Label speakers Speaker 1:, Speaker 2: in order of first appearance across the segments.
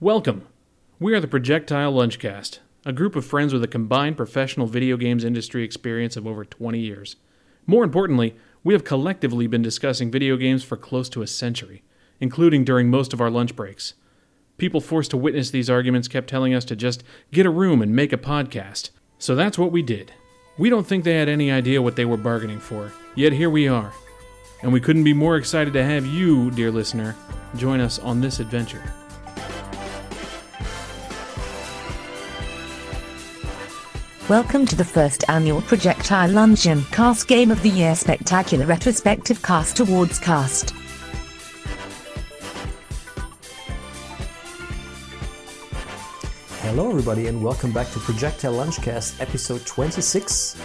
Speaker 1: Welcome. We are the Projectile Lunchcast, a group of friends with a combined professional video games industry experience of over 20 years. More importantly, we have collectively been discussing video games for close to a century, including during most of our lunch breaks. People forced to witness these arguments kept telling us to just get a room and make a podcast. So that's what we did. We don't think they had any idea what they were bargaining for, yet here we are. And we couldn't be more excited to have you, dear listener, join us on this adventure.
Speaker 2: Welcome to the first annual Projectile Luncheon Cast Game of the Year Spectacular Retrospective Cast Awards Cast.
Speaker 3: Hello, everybody, and welcome back to Projectile Lunchcast, episode 26.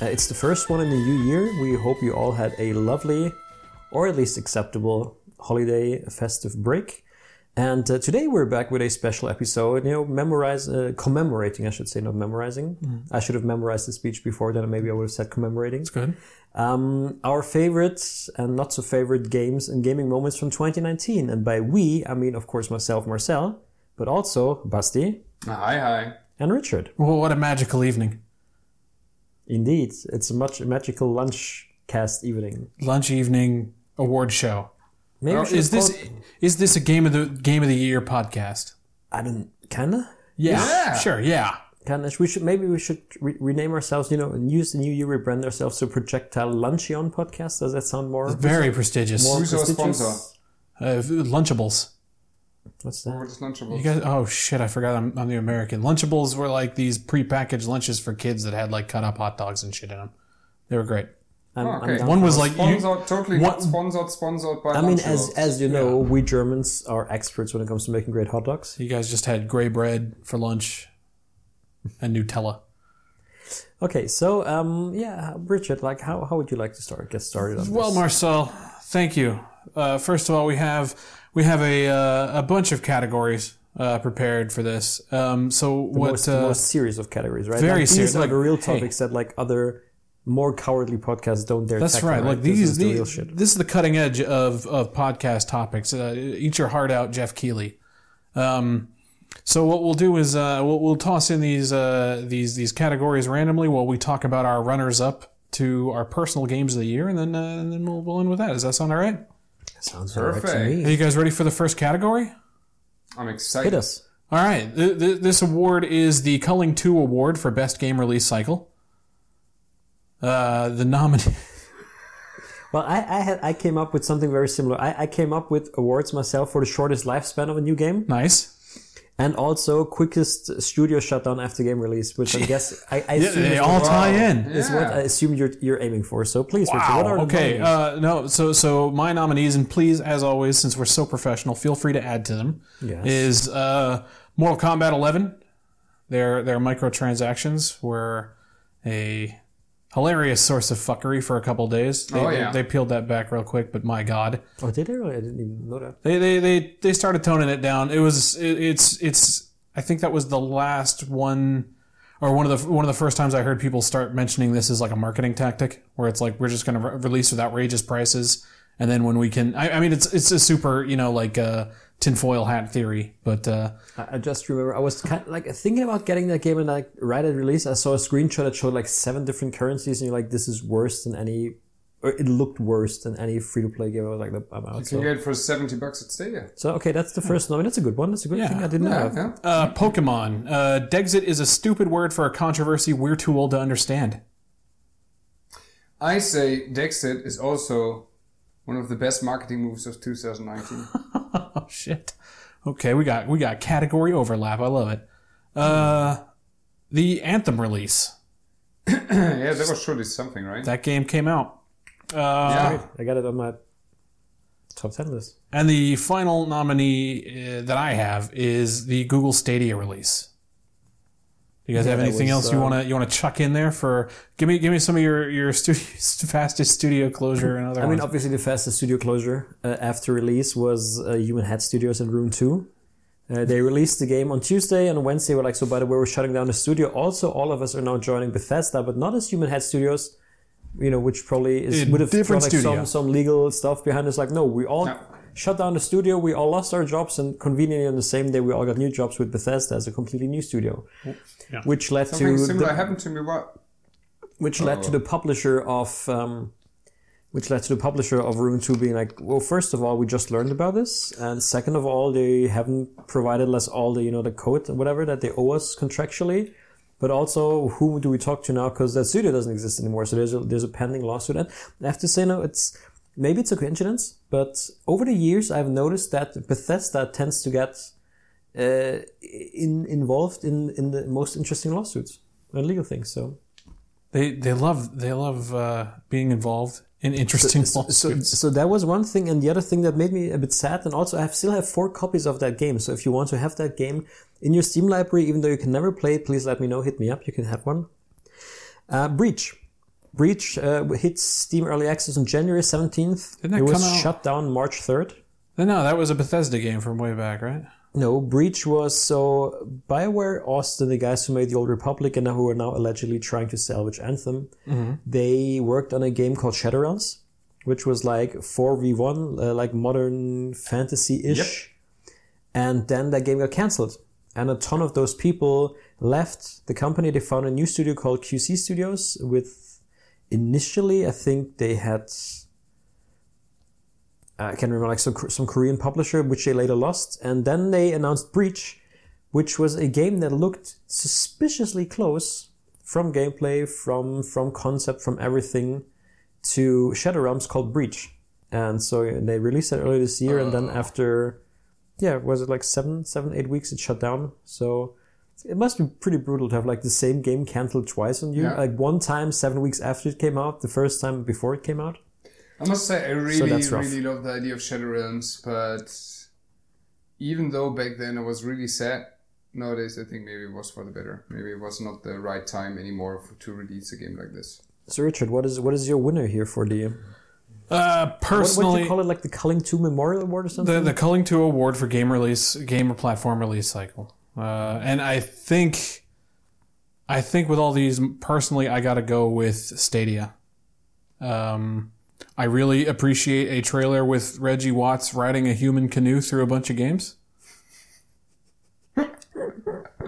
Speaker 3: Uh, it's the first one in the new year. We hope you all had a lovely, or at least acceptable, holiday festive break. And uh, today we're back with a special episode, you know, memorize, uh, commemorating, I should say, not memorizing. I should have memorized the speech before, then maybe I would have said commemorating.
Speaker 1: Good.
Speaker 3: Um, our favorite and not so favorite games and gaming moments from 2019. And by we, I mean, of course, myself, Marcel, but also Basti
Speaker 4: Hi, hi.
Speaker 3: and Richard.
Speaker 5: Well, what a magical evening.
Speaker 3: Indeed, it's a much magical lunch cast evening.
Speaker 5: Lunch evening award show.
Speaker 3: Maybe we
Speaker 5: Or
Speaker 3: should
Speaker 5: is this
Speaker 3: call-
Speaker 5: is this a game of the game of the year podcast?
Speaker 3: I don't kinda
Speaker 5: Yeah.
Speaker 4: Yeah.
Speaker 5: Sure, yeah.
Speaker 3: kinda. We should maybe we should re- rename ourselves. You know, and use the new year rebrand ourselves to Projectile Luncheon Podcast. Does that sound more
Speaker 5: Very prestigious.
Speaker 3: more
Speaker 4: Who's our
Speaker 3: prestigious?
Speaker 4: sponsor?
Speaker 5: Uh, Lunchables.
Speaker 3: What's
Speaker 4: Or
Speaker 3: that?
Speaker 4: just Lunchables.
Speaker 5: You guys, oh shit, I forgot I'm, I'm the American. Lunchables were like these prepackaged lunches for kids that had like cut up hot dogs and shit in them. They were great.
Speaker 3: I'm,
Speaker 4: Oh, okay.
Speaker 3: I'm down.
Speaker 5: One was like you,
Speaker 4: sponsored, totally
Speaker 5: What-
Speaker 4: not sponsored, sponsored by
Speaker 3: I mean, as
Speaker 4: Lunchables.
Speaker 3: as you know, we Germans are experts when it comes to making great hot dogs.
Speaker 5: you guys just had gray bread for lunch and Nutella.
Speaker 3: Okay, so um, yeah, Richard, like, how, how would you like to start? Get started on
Speaker 5: Well,
Speaker 3: this?
Speaker 5: Marcel, thank you. Uh, first of all, we have we have a uh, a bunch of categories uh, prepared for this. Um, so what?
Speaker 3: most,
Speaker 5: uh,
Speaker 3: most series of categories, right?
Speaker 5: very
Speaker 3: like,
Speaker 5: serious,
Speaker 3: These are
Speaker 5: like,
Speaker 3: the real
Speaker 5: hey.
Speaker 3: topics that like other more cowardly podcasts don't dare.
Speaker 5: that's
Speaker 3: tackle,
Speaker 5: right. Like
Speaker 3: This
Speaker 5: these,
Speaker 3: is the
Speaker 5: these
Speaker 3: real shit.
Speaker 5: this is the cutting edge of of podcast topics. Uh, eat your heart out, Jeff Keeley. Um, so what we'll do is uh, we'll, we'll toss in these uh, these these categories randomly while we talk about our runners up to our personal games of the year, and then uh, and then we'll, we'll end with that. Does that sound all right?
Speaker 3: Sounds perfect to
Speaker 4: Perfect.
Speaker 5: Are
Speaker 3: me.
Speaker 5: you guys ready for the first category?
Speaker 4: I'm
Speaker 3: Hit
Speaker 4: excited.
Speaker 3: us.
Speaker 5: All right. Th- th- this award is the Culling 2 Award for Best Game Release Cycle. Uh, the nominee.
Speaker 3: Well, I, I had I came up with something very similar. I, I came up with awards myself for the shortest lifespan of a new game,
Speaker 5: nice.
Speaker 3: and also quickest studio shutdown after game release, which I guess I, I
Speaker 5: Yeah,
Speaker 3: assume
Speaker 5: they
Speaker 3: is
Speaker 5: all
Speaker 3: what-
Speaker 5: tie in.
Speaker 3: is what I assume you're you're aiming for. So please, Richard, what are the
Speaker 5: Okay.
Speaker 3: nominees?
Speaker 5: Uh, no. So so my nominees, and please, as always, since we're so professional, feel free to add to them.
Speaker 3: Yes.
Speaker 5: Is uh, Mortal Kombat 11. Their their microtransactions were a hilarious source of fuckery for a couple days. They,
Speaker 4: Oh,
Speaker 5: they-
Speaker 4: yeah.
Speaker 5: they peeled that back real quick, but my god.
Speaker 3: oh, did I really? I didn't even know that.
Speaker 5: They they they they started toning it down. It was it, it's it's I think that was the last one or one of the one of the first times I heard people start mentioning this as like a marketing tactic where it's like we're just going to re- release with outrageous prices and then when we can I, I mean it's it's a super you know like uh, tinfoil hat theory but uh,
Speaker 3: I- I just remember I was kind like thinking about getting that game, and like right at release, I saw a screenshot that showed like seven different currencies, and you're like, this is worse than any, or it looked worse than any free to play game. I was like, I'm out.
Speaker 4: You
Speaker 3: So.
Speaker 4: get it for 70 bucks at Stadia.
Speaker 3: so okay, that's the first nominee. That's a good one. That's a good
Speaker 5: Yeah.
Speaker 3: thing I didn't know.
Speaker 4: Yeah,
Speaker 3: of.
Speaker 4: yeah.
Speaker 5: uh, Pokemon uh, Dexit is a stupid word for a controversy we're too old to understand.
Speaker 4: I say Dexit is also one of the best marketing moves of 2019.
Speaker 5: Oh shit. Okay, we got we got category overlap. I love it. Uh, the Anthem release.
Speaker 4: yeah, that was surely something, right?
Speaker 5: That game came out. Uh,
Speaker 4: yeah.
Speaker 3: I got it on my top ten list.
Speaker 5: And the final nominee uh, that I have is the Google Stadia release. Do you guys have
Speaker 3: that
Speaker 5: anything
Speaker 3: was,
Speaker 5: else you
Speaker 3: uh,
Speaker 5: wanna you wanna chuck in there for? Give me give me some of your your studio, fastest studio closure and other.
Speaker 3: I mean, uh,
Speaker 5: ones.
Speaker 3: obviously, the fastest studio closure uh, after release was uh, Human Head Studios in Room 2. Uh, they released the game on Tuesday and Wednesday. We're like, so by the way, we're shutting down the studio. Also, all of us are now joining Bethesda, but not as Human Head Studios, you know, which probably is
Speaker 5: A
Speaker 3: would have
Speaker 5: different
Speaker 3: brought, like,
Speaker 5: studio.
Speaker 3: some, some legal stuff behind us. Like, no, we all
Speaker 4: No.
Speaker 3: shut down the studio. We all lost our jobs, and conveniently on the same day, we all got new jobs with Bethesda as a completely new studio, which led
Speaker 4: Something
Speaker 3: to
Speaker 4: similar
Speaker 3: the-
Speaker 4: happened to me. What?
Speaker 3: which led to the publisher of um, which led to the publisher of Rune Two being like, well, first of all, we just learned about this, and second of all, they haven't provided us all the you know the code and whatever that they owe us contractually. But also, who do we talk to now? Because that studio doesn't exist anymore. So there's a, there's a pending lawsuit. And I have to say, no, it's maybe it's a coincidence, but over the years, I've noticed that Bethesda tends to get uh, in, involved in in the most interesting lawsuits and legal things. So
Speaker 5: They they love they love uh, being involved in interesting
Speaker 3: so,
Speaker 5: lawsuits.
Speaker 3: so that was one thing, and the other thing that made me a bit sad, and also I have, still have four copies of that game. So if you want to have that game in your Steam library, even though you can never play it, please let me know. Hit me up. You can have one. Uh, Breach. Breach uh, hits Steam Early Access on January 17th.
Speaker 5: Didn't that
Speaker 3: it was
Speaker 5: come out-
Speaker 3: shut down March 3rd.
Speaker 5: no, that was a Bethesda game from way back, right?
Speaker 3: No, Breach was so Bioware, Austin, the guys who made the Old Republic and who are now allegedly trying to salvage Anthem, they worked on a game called Shadowruns, which was like four v one, uh, like modern fantasy ish, and then that game got cancelled, and a ton of those people left the company. They found a new studio called QC Studios with initially, I think they had Uh, I can't remember, like some, some Korean publisher, which they later lost. And then they announced Breach, which was a game that looked suspiciously close from gameplay, from, from concept, from everything to Shadow Realms called Breach. And so they released it earlier this year. And then after, yeah, was it like seven, seven, eight weeks, it shut down. So it must be pretty brutal to have like the same game canceled twice on you.
Speaker 4: Yeah.
Speaker 3: Like one time, seven weeks after it came out, the first time before it came out.
Speaker 4: I must say, I really,
Speaker 3: that's rough.
Speaker 4: really love the idea of Shadow Realms, but even though back then I was really sad, nowadays I think maybe it was for the better. Maybe it was not the right time anymore for, to release a game like this.
Speaker 3: So Richard, what is what is your winner here for the
Speaker 5: Uh,
Speaker 3: What, what do
Speaker 5: personally,
Speaker 3: you call it? Like the Culling 2 Memorial Award or something?
Speaker 5: the the Culling Two Award for game release, game or platform release cycle, uh, and I think, I think with all these, personally, I gotta go with Stadia. Um, I really appreciate a trailer with Reggie Watts riding a human canoe through a bunch of games,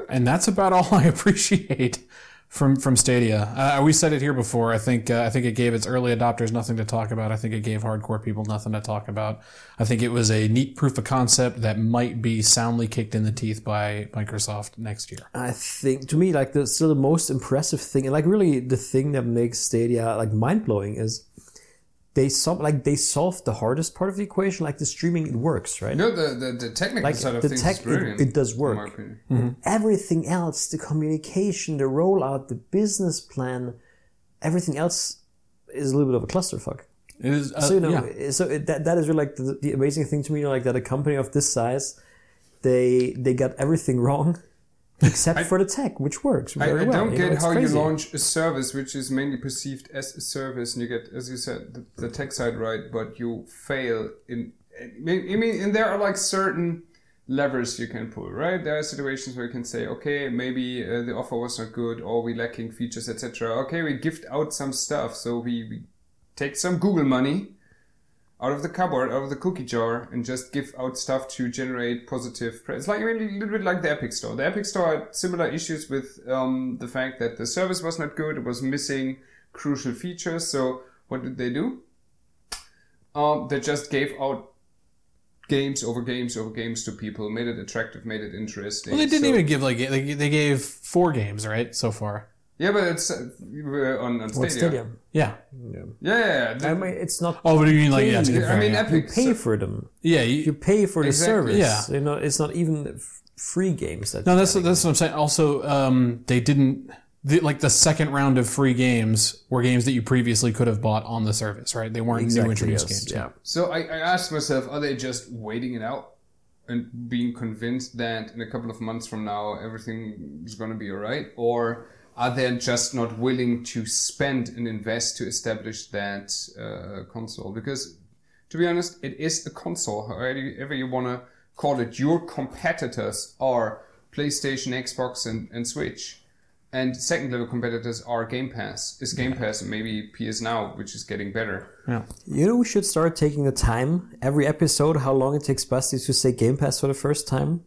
Speaker 5: and that's about all I appreciate from from Stadia. Uh, we said it here before. I think uh, I think it gave its early adopters nothing to talk about. I think it gave hardcore people nothing to talk about. I think it was a neat proof of concept that might be soundly kicked in the teeth by Microsoft next year.
Speaker 3: I think to me, like the still the most impressive thing, and like really the thing that makes Stadia like mind blowing is they sol- like they solved the hardest part of the equation, like the streaming it works, right?
Speaker 4: You know, the, the, the technical
Speaker 3: Like,
Speaker 4: side of
Speaker 3: the
Speaker 4: things
Speaker 3: tech,
Speaker 4: is
Speaker 3: it-
Speaker 4: brilliant.
Speaker 3: it does
Speaker 4: in
Speaker 3: work.
Speaker 4: my opinion.
Speaker 3: Everything else, the communication, the rollout, the business plan, everything else is a little bit of a clusterfuck.
Speaker 5: It is uh,
Speaker 3: so you know,
Speaker 5: yeah.
Speaker 3: so it, that that is really like the, the amazing thing to me. You know, like that a company of this size, they they got everything wrong, except for the tech, which works
Speaker 4: I,
Speaker 3: very
Speaker 4: I
Speaker 3: well.
Speaker 4: don't
Speaker 3: you know,
Speaker 4: get
Speaker 3: it's
Speaker 4: how
Speaker 3: crazy.
Speaker 4: you launch a service which is mainly perceived as a service and you get, as you said, the, the tech side right, but you fail in. I mean, I mean, and there are like certain levers you can pull, right? There are situations where you can say, okay, maybe uh, the offer was not good or we lacking features, etc. Okay, we gift out some stuff, so we, we take some Google money out of the cupboard, out of the cookie jar, and just give out stuff to generate positive press. It's like I mean, a little bit like the Epic Store. The Epic Store had similar issues with um, the fact that the service was not good; it was missing crucial features. So what did they do? Um, they just gave out games over games over games to people, made it attractive, made it interesting.
Speaker 5: Well, they didn't
Speaker 4: So-
Speaker 5: even give like they, they gave four games right so far.
Speaker 4: Yeah, but it's uh, we were on, on
Speaker 3: Well,
Speaker 4: Stadia.
Speaker 3: it's Stadia.
Speaker 5: Yeah.
Speaker 4: Yeah, yeah, yeah.
Speaker 3: I mean, it's not
Speaker 5: Oh, but you mean like yeah? it's
Speaker 3: Yeah,
Speaker 5: good
Speaker 4: I
Speaker 5: for-
Speaker 4: mean,
Speaker 5: yeah.
Speaker 3: you
Speaker 4: Epic.
Speaker 3: pay for them.
Speaker 5: yeah.
Speaker 3: You
Speaker 5: You,
Speaker 3: pay for the
Speaker 4: Exactly.
Speaker 3: service.
Speaker 5: Yeah.
Speaker 3: You know, it's not even f- free games. That
Speaker 5: no, that's that's what I'm saying. Also, um, they didn't the, like the second round of free games were games that you previously could have bought on the service, right? They weren't new introduced
Speaker 3: yes,
Speaker 5: games.
Speaker 3: yeah.
Speaker 4: So I, I asked myself, are they just waiting it out and being convinced that in a couple of months from now everything is going to be all right? Or are they just not willing to spend and invest to establish that uh, console? Because to be honest, it is a console, however you want to call it. Your competitors are PlayStation, Xbox, and, and Switch. And second level competitors are Game Pass. Is Game Pass and maybe PS Now, which is getting better.
Speaker 3: You know, we should start taking the time every episode, how long it takes Basti to say Game Pass for the first time.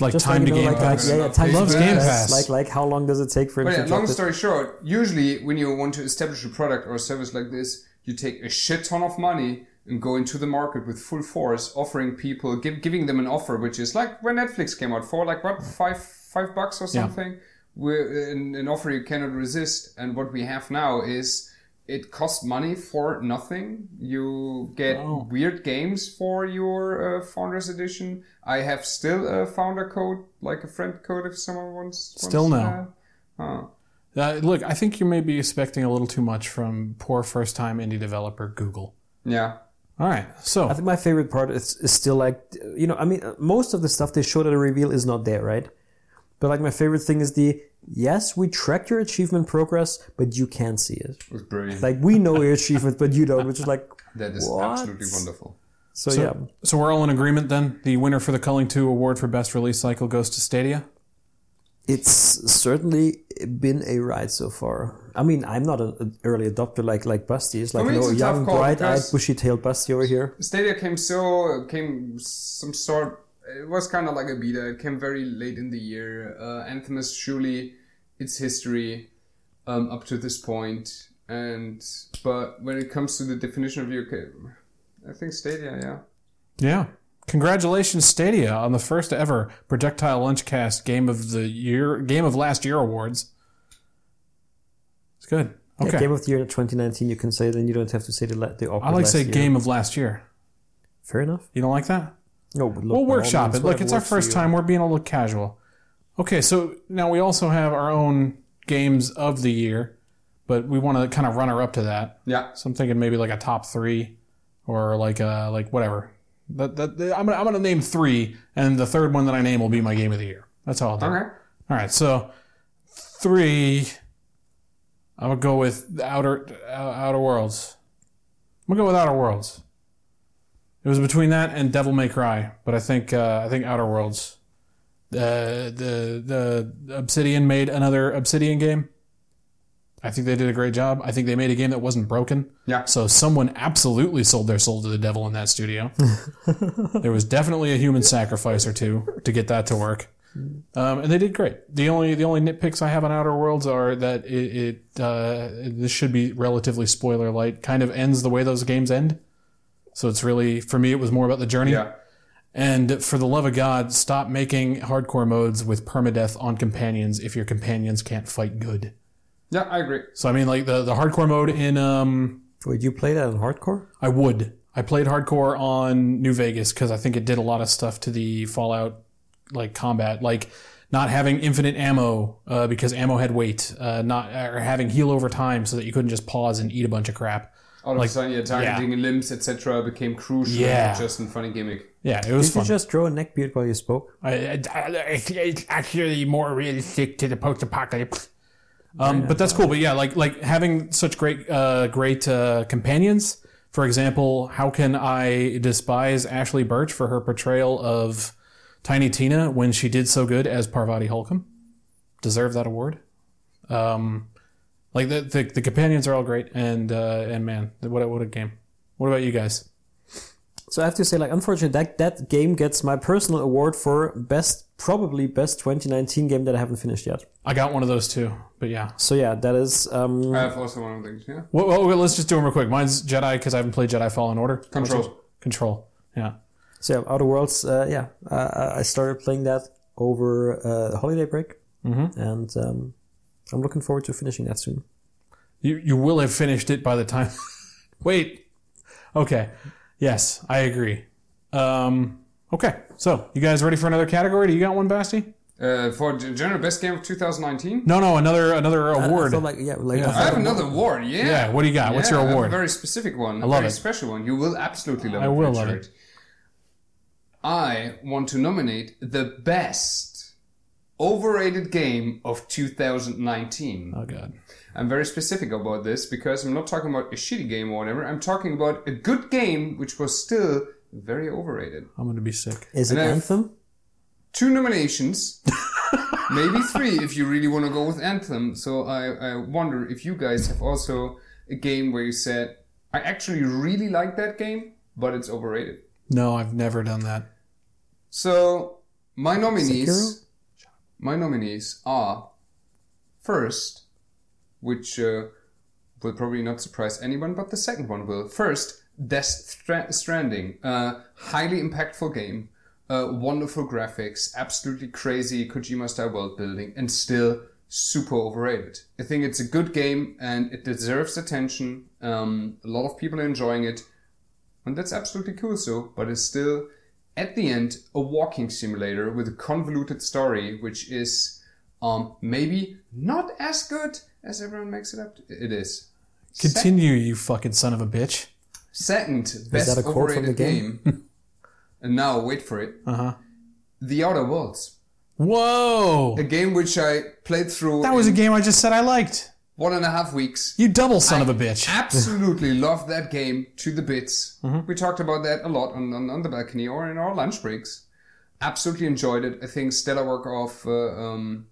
Speaker 5: Like time
Speaker 3: like, you
Speaker 5: to
Speaker 3: know,
Speaker 5: Game
Speaker 3: like,
Speaker 5: Pass.
Speaker 3: Like, yeah, yeah, time to
Speaker 5: Loves Game Pass.
Speaker 3: Like, like, how long does it take for him
Speaker 4: But
Speaker 3: to
Speaker 4: yeah,
Speaker 3: drop
Speaker 4: long
Speaker 3: it?
Speaker 4: story short, usually when you want to establish a product or a service like this, you take a shit ton of money and go into the market with full force, offering people, give, giving them an offer, which is like when Netflix came out for like what five five bucks or something, where an, an offer you cannot resist. And what we have now is it costs money for nothing. You get weird games for your uh, Founders Edition. I have still a founder code, like a friend code, if someone wants. wants
Speaker 5: Still no.
Speaker 4: that. Huh.
Speaker 5: Uh, look, I think you may be expecting a little too much from poor first time indie developer Google.
Speaker 4: Yeah.
Speaker 5: All right. So,
Speaker 3: I think my favorite part is, is still like, you know, I mean, uh, most of the stuff they showed at a reveal is not there, right? But like, my favorite thing is the yes, we track your achievement progress, but you can't see it.
Speaker 4: It was brilliant.
Speaker 3: Like, we know your achievement, but you don't, which is like,
Speaker 4: that is
Speaker 3: what?
Speaker 4: absolutely wonderful.
Speaker 3: so,
Speaker 5: so,
Speaker 3: yeah.
Speaker 5: so we're all in agreement then? The winner for the Culling 2 award for best release cycle goes to Stadia?
Speaker 3: It's certainly been a ride so far. I mean, I'm not an an early adopter like like Busty. It's like
Speaker 4: me,
Speaker 3: no
Speaker 4: it's a tough
Speaker 3: young,
Speaker 4: call
Speaker 3: bright-eyed,
Speaker 4: because-
Speaker 3: bushy-tailed Busty over here.
Speaker 4: Stadia came so came some sort. It was kind of like a beta. It came very late in the year. Uh, Anthem is surely its history um, up to this point, and but when it comes to the definition of UK, I think Stadia. Yeah,
Speaker 5: Yeah. Congratulations, Stadia, on the first ever Projectile Lunchcast Game of the Year, Game of Last Year awards. It's good.
Speaker 3: Yeah,
Speaker 5: Okay.
Speaker 3: Game of the Year 2019, you can say, then you don't have to say the, la- the awkward
Speaker 5: I like to
Speaker 3: last
Speaker 5: say
Speaker 3: year.
Speaker 5: Game of Last Year.
Speaker 3: Fair enough.
Speaker 5: You don't like that?
Speaker 3: No, but look,
Speaker 5: We'll
Speaker 3: by all
Speaker 5: workshop
Speaker 3: means,
Speaker 5: it. Look,
Speaker 3: whatever
Speaker 5: it's our
Speaker 3: works for
Speaker 5: first
Speaker 3: you.
Speaker 5: time. We're being a little casual. Okay, so now we also have our own games of the year, but we want to kind of runner up to that.
Speaker 4: yeah.
Speaker 5: So I'm thinking maybe like a top three, or like a like whatever. That, that, that- I'm gonna I'm gonna name three, and the third one that I name will be my game of the year. That's all. I'll do.
Speaker 4: Okay.
Speaker 5: All right, so three. I would go with the Outer uh, Outer Worlds. I'm gonna go with Outer Worlds. It was between that and Devil May Cry, but I think uh, I think Outer Worlds. Uh, the the Obsidian made another Obsidian game. I think they did a great job. I think they made a game that wasn't broken.
Speaker 4: Yeah.
Speaker 5: So someone absolutely sold their soul to the devil in that studio. there was definitely a human sacrifice or two to get that to work. Um, and they did great. The only the only nitpicks I have on Outer Worlds are that it, it uh, this should be relatively spoiler light. Kind of ends the way those games end. So it's really for me it was more about the journey.
Speaker 4: Yeah.
Speaker 5: And for the love of God, stop making hardcore modes with permadeath on companions if your companions can't fight good.
Speaker 4: Yeah, I agree.
Speaker 5: So I mean like the, the hardcore mode in um
Speaker 3: Wait, you play that on hardcore?
Speaker 5: I would. I played hardcore on New Vegas because I think it did a lot of stuff to the Fallout like combat, like not having infinite ammo uh, because ammo had weight, uh, not or having heal over time so that you couldn't just pause and eat a bunch of crap.
Speaker 4: All of a sudden, your targeting limbs, etc., became crucial.
Speaker 5: Yeah.
Speaker 4: not Just a funny gimmick.
Speaker 5: Yeah, it was
Speaker 3: Did
Speaker 5: fun.
Speaker 3: you just grow a neck beard while you spoke?
Speaker 5: I, I- I- it's actually more realistic to the post-apocalypse. Um, but that's cool. But yeah, like like having such great uh, great uh, companions. For example, how can I despise Ashley Birch for her portrayal of Tiny Tina when she did so good as Parvati Holcomb? Deserve that award. Um, like the, the the companions are all great, and uh, and man, what a, what a game. What about you guys?
Speaker 3: So I have to say, like, unfortunately, that, that game gets my personal award for best, probably best 2019 game that I haven't finished yet.
Speaker 5: I got one of those too, but yeah.
Speaker 3: So yeah, that is um,
Speaker 4: I have also one of the things. Yeah.
Speaker 5: Well, well, well, let's just do them real quick. Mine's Jedi because I haven't played Jedi Fallen Order.
Speaker 4: Control.
Speaker 5: Control. Yeah.
Speaker 3: so yeah, Outer Worlds. Uh, yeah, uh, I started playing that over uh, the holiday break, mm-hmm. and um, I'm looking forward to finishing that soon.
Speaker 5: You you will have finished it by the time. Wait. Okay. Yes, I agree. Um, okay. So you guys ready for another category? Do you got one, Basti?
Speaker 4: Uh, for gen- general best game of 2019.
Speaker 5: No, no. Another another
Speaker 4: Uh,
Speaker 3: I
Speaker 5: award.
Speaker 3: felt like yeah, like
Speaker 4: I have another award.
Speaker 5: yeah. What do you got? What's
Speaker 4: Yeah,
Speaker 5: your
Speaker 4: I have
Speaker 5: award?
Speaker 4: A very specific one. I
Speaker 5: love
Speaker 4: very
Speaker 5: it.
Speaker 4: special one. You will absolutely love
Speaker 5: I
Speaker 4: it.
Speaker 5: will
Speaker 4: Richard.
Speaker 5: love
Speaker 4: I want to nominate the best overrated game of 2019.
Speaker 5: oh God.
Speaker 4: I'm very specific about this because I'm not talking about a shitty game or whatever. I'm talking about a good game which was still very overrated.
Speaker 5: I'm gonna be sick.
Speaker 3: Is it
Speaker 4: And I-
Speaker 3: Anthem?
Speaker 4: Two nominations. maybe three if you really want to go with Anthem. So I, I wonder if you guys have also a game where you said, I actually really like that game, but it's overrated.
Speaker 5: No, I've never done that.
Speaker 4: So my nominees, my nominees are first, which uh, will probably not surprise anyone, but the second one will. First, Death Stra- Stranding, uh, highly impactful game, uh, wonderful graphics, absolutely crazy Kojima style world building, and still super overrated. I think it's a good game and it deserves attention. Um, a lot of people are enjoying it, and that's absolutely cool. So, but it's still at the end a walking simulator with a convoluted story, which is um, maybe not as good as everyone makes it up. To. It is.
Speaker 5: Continue, you fucking son of a bitch.
Speaker 4: Second best
Speaker 3: that a quote from
Speaker 4: overrated
Speaker 3: the
Speaker 4: game.
Speaker 3: game? Uh-huh.
Speaker 4: and now wait for it.
Speaker 5: Uh huh.
Speaker 4: The Outer Worlds,
Speaker 5: Whoa!
Speaker 4: a game which I played through.
Speaker 5: That was a
Speaker 4: in
Speaker 5: game I just said I liked.
Speaker 4: one and a half weeks.
Speaker 5: You double son of a bitch.
Speaker 4: Absolutely love that game to the bits. We talked about that a lot on, on, on the balcony or in our lunch breaks. Absolutely enjoyed it. I think stellar work of uh, um,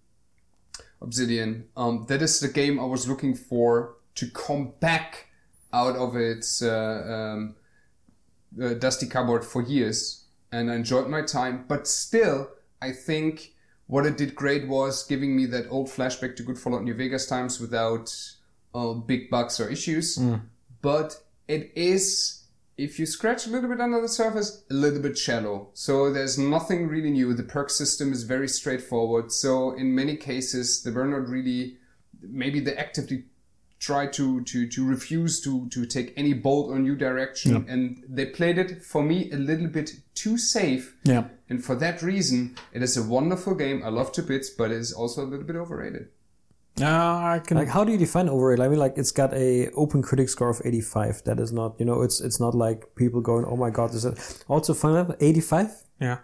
Speaker 4: Obsidian. Um, that is the game I was looking for to come back out of its uh, um, uh, dusty cupboard for years, and I enjoyed my time. But still, I think what it did great was giving me that old flashback to good Fallout New Vegas times without uh, big bugs or issues. But it is, if you scratch a little bit under the surface, a little bit shallow. So there's nothing really new. The perk system is very straightforward. So in many cases, they were not really, maybe they actively try to to to refuse to to take any bold or new direction and they played it for me a little bit too safe
Speaker 5: Yeah.
Speaker 4: and for that reason it is a wonderful game i love to bits but it is also a little bit overrated
Speaker 5: No, I can.
Speaker 3: Like, how do you define overrated? I mean, like, it's got a open critic score of 85. That is not, you know, it's it's not like people going, oh my god, this is... Also, Final Fantasy 85?
Speaker 5: yeah.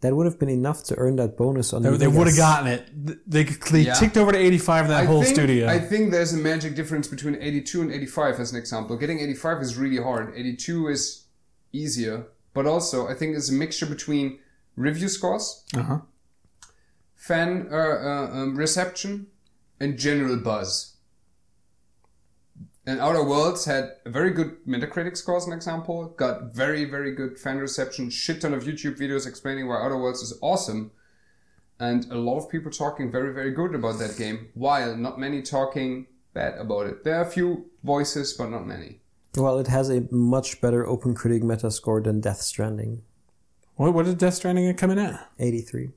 Speaker 3: That would have been enough to earn that bonus on
Speaker 5: They,
Speaker 3: New
Speaker 5: they would have
Speaker 3: Vegas.
Speaker 5: gotten it. Th- They they
Speaker 4: Yeah.
Speaker 5: ticked over to 85 in that whole
Speaker 4: think,
Speaker 5: studio.
Speaker 4: I think there's a magic difference between 82 and 85 as an example. Getting 85 is really hard. 82 is easier, but also I think it's a mixture between review scores,
Speaker 5: Uh-huh.
Speaker 4: fan uh, uh, um, reception, and general buzz. And Outer Worlds had a very good Metacritic score as an example, got very, very good fan reception, shit ton of YouTube videos explaining why Outer Worlds is awesome and a lot of people talking very very good about that game while not many talking bad about it there are a few voices but not many
Speaker 3: Well, it has a much better open critic meta score than Death Stranding.
Speaker 5: what, what did Death Stranding come in at?
Speaker 3: 83.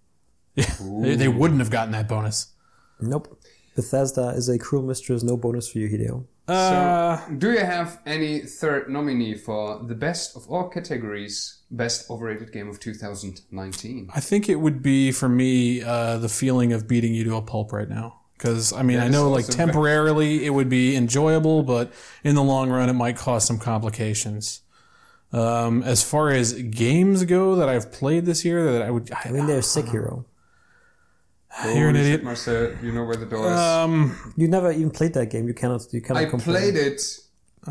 Speaker 5: They, they wouldn't have gotten that bonus.
Speaker 3: Nope. Bethesda is a cruel mistress. No bonus for you, Hideo.
Speaker 5: Uh,
Speaker 4: so do you have any third nominee for the best of all categories best overrated game of 2019
Speaker 5: I think it would be for me uh, the feeling of beating you to a pulp right now. Because I mean, I
Speaker 4: is
Speaker 5: know like
Speaker 4: also very-
Speaker 5: temporarily it would be enjoyable, but in the long run, it might cause some complications. Um, as far as games go that I've played this year, that I would I,
Speaker 3: I mean, there's Sekiro.
Speaker 5: you're an
Speaker 4: Holy shit,
Speaker 5: idiot.
Speaker 4: Marcel, you know where the door is
Speaker 5: Um,
Speaker 3: You never even played that game. You cannot. You cannot
Speaker 4: i
Speaker 3: complain.
Speaker 4: played it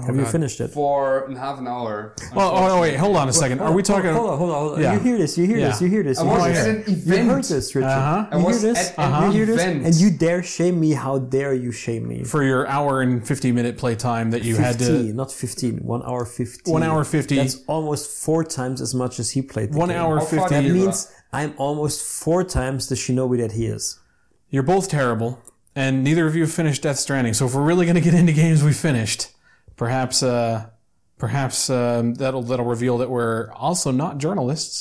Speaker 3: Have you finished it?
Speaker 4: for an half an hour
Speaker 5: well, oh no, wait, hold on a second. Are we talking?
Speaker 3: Hold on, hold on, hold on.
Speaker 5: Yeah.
Speaker 3: You hear this? You hear this?
Speaker 5: Yeah.
Speaker 3: You hear this?
Speaker 4: I
Speaker 3: you
Speaker 4: was
Speaker 3: hear
Speaker 4: at
Speaker 3: this.
Speaker 4: an
Speaker 3: You heard
Speaker 4: event.
Speaker 3: this, Richard.
Speaker 5: Uh-huh.
Speaker 4: I
Speaker 3: You
Speaker 4: was
Speaker 3: hear
Speaker 4: at
Speaker 3: this?
Speaker 4: an
Speaker 3: You hear this?
Speaker 4: event.
Speaker 3: And you dare shame me? How dare you shame me?
Speaker 5: for your hour and 50 minute play time that you had to
Speaker 3: Fifteen, not fifteen. One hour fifteen.
Speaker 5: one hour 50
Speaker 3: That's almost four times as much as he played. The
Speaker 5: one
Speaker 3: game.
Speaker 5: hour
Speaker 4: How far
Speaker 3: That
Speaker 4: did you-
Speaker 5: 50
Speaker 3: means I'm almost four times the shinobi that he is.
Speaker 5: you're both terrible and neither of you have finished death stranding so if we're really going to get into games we finished perhaps uh perhaps um, that'll that'll reveal that we're also not journalists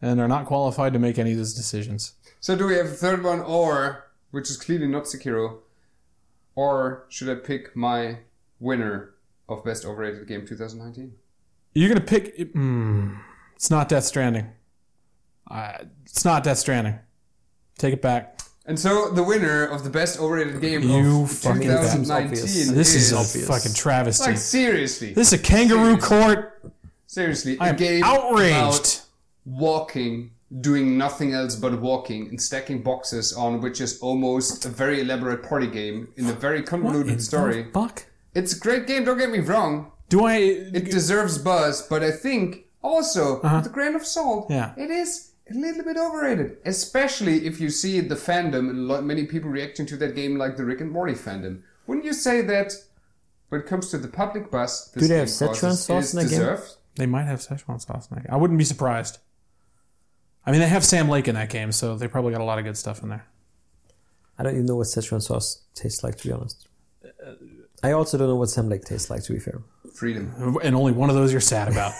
Speaker 5: and are not qualified to make any of these decisions
Speaker 4: so do we have a third one or which is clearly not sekiro or should i pick my winner of best overrated game 2019
Speaker 5: you're going to pick mm, it's not death stranding uh, it's not death stranding take it back
Speaker 4: And so the winner of the best overrated game
Speaker 5: You
Speaker 4: of
Speaker 5: fucking bastard.
Speaker 4: 2019
Speaker 5: this is,
Speaker 4: is,
Speaker 5: a fucking travesty
Speaker 4: like seriously,
Speaker 5: this is a kangaroo court
Speaker 4: seriously, a
Speaker 5: i'm
Speaker 4: game
Speaker 5: outraged
Speaker 4: about walking, doing nothing else but walking and stacking boxes on, which is almost a very elaborate party game in a very convoluted story.
Speaker 5: Fuck.
Speaker 4: It's a great game. Don't get me wrong;
Speaker 5: Do I?
Speaker 3: Uh-huh.
Speaker 4: it deserves buzz, but I think also with a grain of salt,
Speaker 5: Yeah.
Speaker 4: it is a little bit overrated, especially if you see the fandom and lo- many people reacting to that game like the Rick and Morty fandom. Wouldn't you say that when it comes to the public bus, this
Speaker 3: Do they
Speaker 4: game
Speaker 3: have Szechuan
Speaker 4: causes
Speaker 3: sauce
Speaker 4: is
Speaker 3: in that game?
Speaker 4: deserved?
Speaker 5: They might have Szechuan sauce in that game. I wouldn't be surprised. I mean, they have Sam Lake in that game, so they probably got a lot of good stuff in there.
Speaker 3: I don't even know what Szechuan sauce tastes like, to be honest. I also don't know what Semlek tastes like, to be fair.
Speaker 4: Freedom.
Speaker 5: And only one of those you're sad about.